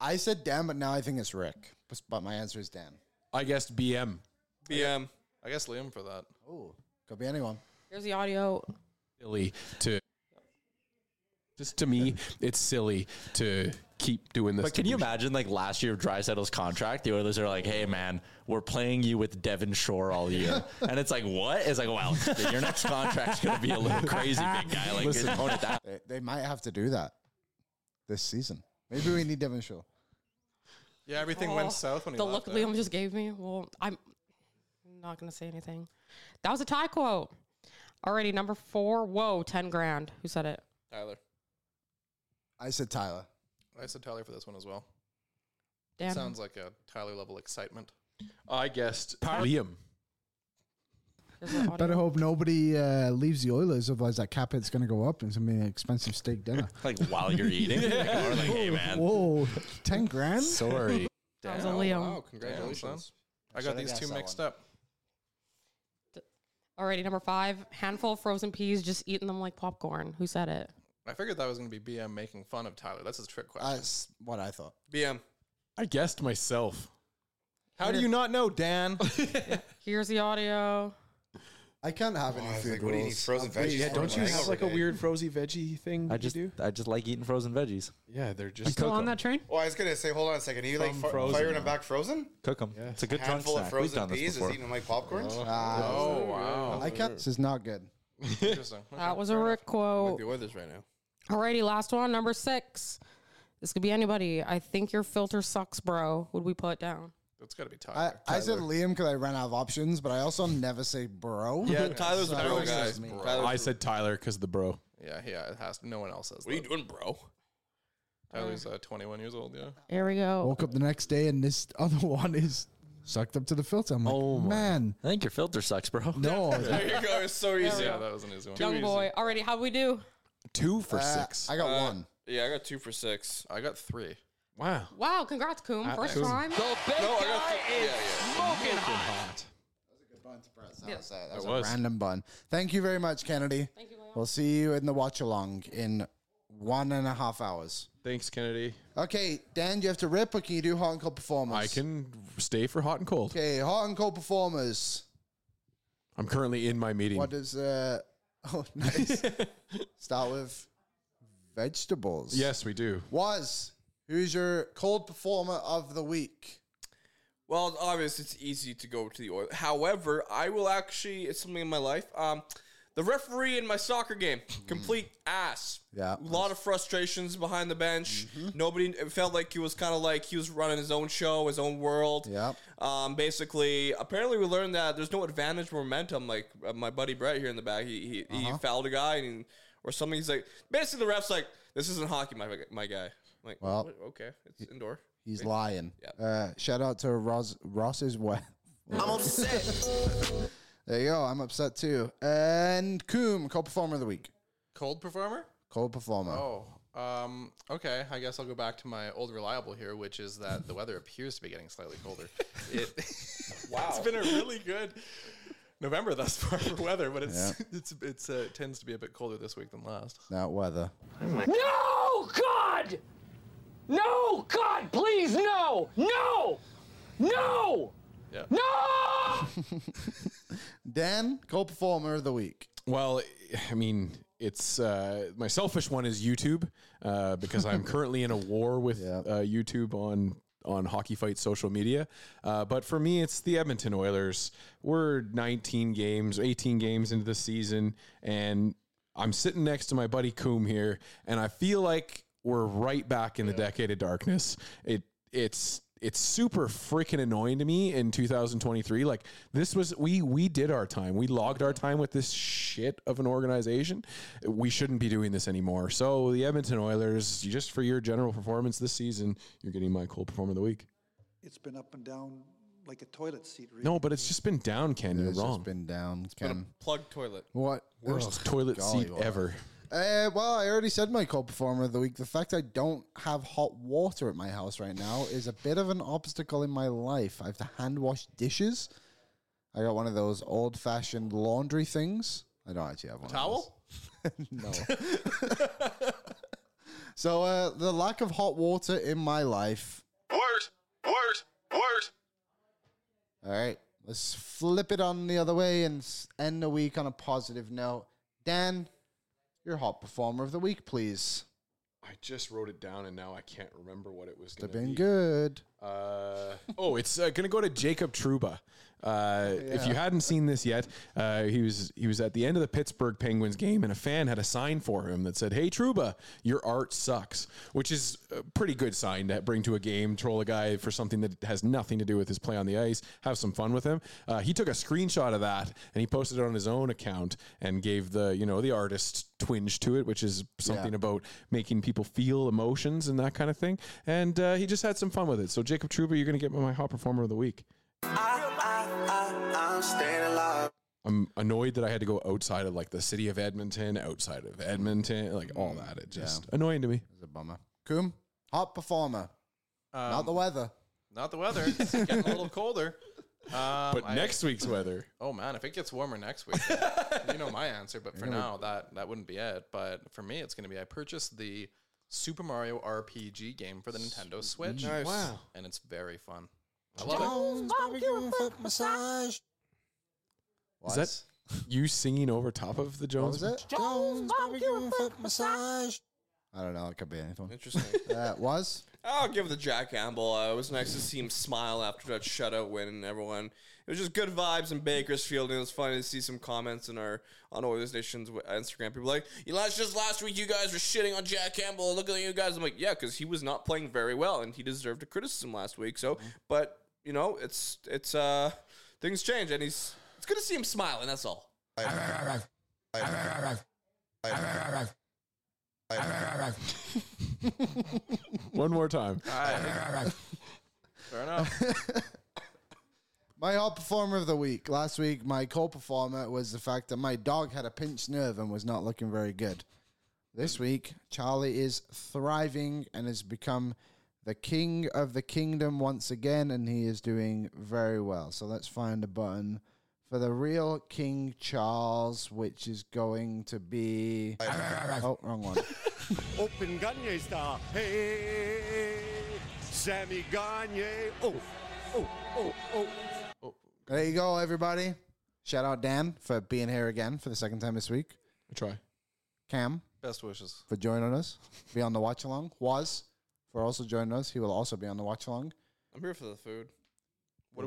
S3: I said Dan, but now I think it's Rick. But- But my answer is Dan.
S5: I guessed BM.
S6: BM.
S4: I guess Liam for that.
S3: Oh, could be anyone.
S7: Here's the audio.
S5: Silly to just to me, it's silly to keep doing this.
S8: But
S5: to
S8: can you
S5: Boucher.
S8: imagine like last year of Drysaddle's contract? The Oilers are like, "Hey man, we're playing you with Devon Shore all year," and it's like, "What?" It's like, "Wow, your next contract's gonna be a little crazy, big guy." Like,
S5: Listen.
S8: don't it that.
S3: They, they might have to do that this season. Maybe we need Devon Shaw.
S4: Yeah, everything
S7: Oh,
S4: went south when he
S7: the
S4: left.
S7: look
S4: there.
S7: Liam just gave me. Well, I'm not going to say anything. That was a tie quote. Already number four. Whoa, ten grand. Who said it?
S6: Tyler.
S3: I said Tyler.
S4: I said Tyler for this one as well.
S7: Dan.
S4: Sounds like a Tyler level excitement.
S5: I guessed Liam.
S7: Here's the audio.
S9: Better hope nobody uh, leaves the Oilers, otherwise that cap hit's going to go up and it's going to be an expensive steak dinner.
S8: Like while you're eating, like, or like, "Hey man."
S9: Whoa, ten grand?
S5: Sorry.
S7: That was a Liam.
S6: Wow,
S4: Damn,
S6: congratulations.
S4: son. I got
S3: Should've
S4: these
S3: guessed
S4: two
S3: that
S4: mixed
S3: one.
S4: up.
S7: Alrighty, number five. Handful of frozen peas, just eating them like popcorn. Who said it?
S4: I figured that was going to be BM making fun of Tyler. That's his trick question.
S3: That's what I thought.
S6: BM.
S5: I guessed myself.
S4: How do you not know, Dan?
S7: Here's the audio.
S3: I can't have any food
S9: Oh, what do you
S3: rules.
S9: need, frozen
S3: I'm pretty
S9: veggies
S3: sure
S9: for,
S3: I'm
S9: like- Hangover day.
S5: frozy veggie thing?
S10: I
S5: that you
S10: just I just like eating frozen veggies.
S5: yeah, they're just
S8: Still on that train?
S9: Well, I was going to say, hold on a second. Are you like
S5: From
S9: fi-
S5: frozen,
S9: firing
S5: huh?
S9: them back frozen?
S10: Cook them. It's a good drunk
S9: handful
S10: snack.
S9: of
S10: We've
S9: frozen
S10: done this
S9: peas is
S10: before.
S9: eating them like popcorn?
S4: oh, wow.
S3: I can't. This is not good.
S4: Interesting.
S7: That was a Rick quote.
S6: The Oilers right now.
S7: Alrighty, last one, number six. This could be anybody. I think your filter sucks, bro. Would we put down?
S4: That's got to be
S3: I,
S4: Tyler.
S3: I said Liam because I ran out of options, but I also never say bro.
S6: Yeah, Tyler's a
S3: So
S6: bro
S3: it's
S6: guy.
S3: just me.
S6: Tyler's
S5: Oh, I
S6: a-
S5: said Tyler because the bro.
S4: yeah, yeah. It has. No one else says.
S6: What are you
S4: that.
S6: doing, bro?
S4: Tyler's uh, 21 years old. Yeah.
S7: Here we go.
S9: Woke up the next day and this other one is sucked up to the filter. I'm like,
S10: Oh my-
S9: man,
S10: I think your filter sucks, bro.
S9: no.
S6: There you go. It's so easy.
S4: Yeah, that was an easy one.
S7: Young boy. Alrighty, how we do?
S5: Two for
S3: Uh,
S5: six.
S3: I got
S6: Uh,
S3: one.
S6: Yeah, I got two for six.
S4: I got three.
S5: wow.
S7: Wow, congrats, Coom.
S5: Uh,
S7: First
S5: Coom.
S7: time.
S6: No, I got three. Yeah, yeah.
S5: hot.
S3: That was, a, that was
S5: It
S3: a
S5: was.
S3: random bun. Thank you very much, Kennedy. Thank you. We'll see you in the watch along in one and a half hours.
S5: Thanks, Kennedy.
S3: Okay, Dan, do you have to rip or can you do hot and cold performers?
S5: I can stay for hot and cold.
S3: Okay, hot and cold performers.
S5: I'm currently in my meeting.
S3: What is uh? Oh, nice. Start with vegetables.
S5: Yes, we do.
S3: Was who's your cold performer of the week?
S6: Well, it's obvious it's easy to go to the oil. However, I will actually it's something in my life. Um, the referee in my soccer game, complete ass.
S3: Mm-hmm. Yeah. Mm-hmm.
S6: a lot of frustrations behind the bench. Nobody. It felt like he was kind of like he was running his own show, his own world.
S3: Yep.
S6: Um, basically, apparently we learned that there's no advantage momentum. Like uh, my buddy Brett here in the back,
S3: Uh-huh.
S6: he he, he fouled a guy and he, or something. He's like, basically the ref's like, this isn't hockey, my my guy. Like,
S3: Well,
S6: what- okay, it's indoor.
S3: He's
S6: Okay.
S3: lying. Uh, shout out to Ross. Ross's wife.
S6: I'm upset.
S3: there you go. I'm upset too. And Coom, cold performer of the week.
S4: Cold performer?
S3: Cold performer.
S4: Oh, um, okay. I guess I'll go back to my old reliable here, which is that the weather appears to be getting slightly colder. It, wow, it's been a really good November thus far for weather, but it's it's it's uh, it tends to be a bit colder this week than last.
S3: That weather.
S11: No, God! No, God, please, no! No! No!
S4: Yeah.
S11: No!
S3: Dan, cold performer of the week.
S5: Well, I mean, it's uh, my selfish one is YouTube uh, because I'm currently in a war with uh, YouTube on on hockey fight social media. Uh, but for me, it's the Edmonton Oilers. We're 19 games, 18 games into the season, and I'm sitting next to my buddy Coom here, and I feel like we're right back in the decade of darkness. It it's it's super freaking annoying to me in 2023 like this was we we did our time we logged our time with this shit of an organization we shouldn't be doing this anymore so the edmonton oilers you- just for your general performance this season you're getting my cold performer of the week
S12: It's been up and down like a toilet seat. Really.
S5: no but it's just been down ken you're
S3: It's just
S5: wrong
S3: been down ken
S6: Plug toilet.
S3: What
S5: worst
S3: Ugh,
S5: toilet
S3: golly,
S5: seat
S3: what?
S5: ever
S3: Uh, well, I already said my cold performer of the week. The fact I don't have hot water at my house right now is a bit of an obstacle in my life. I have to hand wash dishes. I got one of those old fashioned laundry things. I don't actually have one. of
S4: Towel?
S3: those. no. so uh, the lack of hot water in my life.
S11: Worse! Worse! Worse!
S3: All right, let's flip it on the other way and s- end the week on a positive note. Dan, your hot performer of the week, please.
S5: i just wrote it down and now i can't remember what it was
S3: They've been good.
S5: Uh, oh, it's uh, going to go to Jacob Truba. Uh, If you
S3: Yeah.
S5: hadn't seen this yet, uh, he was he was at the end of the Pittsburgh Penguins game, and a fan had a sign for him that said, "Hey Truba, your art sucks," which is a pretty good sign to bring to a game, troll a guy for something that has nothing to do with his play on the ice, have some fun with him. Uh, he took a screenshot of that and he posted it on his own account and gave the you know the artist twinge to it, which is something
S3: Yeah.
S5: about making people feel emotions and that kind of thing. And uh, he just had some fun with it. So Jacob Truba, you're going to get my hot performer of the week.
S11: I'm staying alive.
S5: I'm annoyed that I had to go outside of like the city of Edmonton, outside of Edmonton, like all that. It just annoying to me.
S3: Mm, It's a bummer. Coom, hot performer. Not the weather.
S4: Not the weather. It's getting a little colder. Um,
S5: But
S4: I-
S5: next week's weather.
S4: Oh man, if it gets warmer next week, you know my answer. But for
S5: Yeah, we-
S4: now, that that wouldn't be it. But for me, it's going to be I purchased the Super Mario RPG game for the Nintendo Switch.
S3: Nice. Wow.
S4: and it's very fun. I love it.
S11: massage.
S5: Is that you singing over top of the Jones?
S3: was it?
S11: Jones, Bobby, give a foot massage.
S3: I don't know. It could be anything.
S6: Interesting.
S3: That was.
S6: I'll give the Jack Campbell. Uh, it was nice to see him smile after that shutout win, and everyone. It was just good vibes in Bakersfield, and it was funny to see some comments in our on Oilers Nation's w- Instagram. People like, you last just last week, you guys were shitting on Jack Campbell. Look at you guys. I'm like, yeah, because he was not playing very well, and he deserved a criticism last week. So, but you know, it's it's uh things change, and he's it's good to see him smiling. That's all.
S5: One more time.
S4: Fair enough.
S3: My hot performer of the week. Last week, my co performer was the fact that my dog had a pinched nerve and was not looking very good. This week, Charlie is thriving and has become the king of the kingdom once again, and he is doing very well. So let's find a button for the real King Charles, which is going to be. Oh, wrong one.
S13: Open Gagne está. Hey, Sammy Gagne. Oh, oh, oh, oh.
S3: There you go, everybody. Shout out Dan for being here again for the second time this week.
S5: I try.
S3: Cam
S4: Best wishes.
S3: for joining us, be on the watch along. Was for also joining us. He will also be on the watch along.
S6: I'm here for the food. What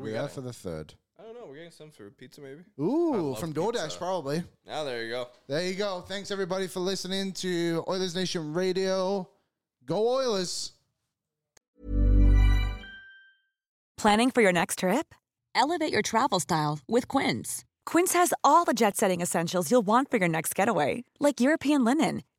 S3: We'll
S6: are we
S3: be there
S6: getting?
S3: for the third?
S6: I don't know. We're getting some food, pizza maybe. I
S3: Ooh,
S6: love
S3: from DoorDash
S6: pizza.
S3: probably.
S6: Now Oh, there you go.
S3: There you go. Thanks everybody for listening to Oilers Nation Radio. Go Oilers!
S14: Planning for your next trip?
S15: Elevate your travel style with Quince.
S14: Quince has all the jet setting essentials you'll want for your next getaway, like European linen,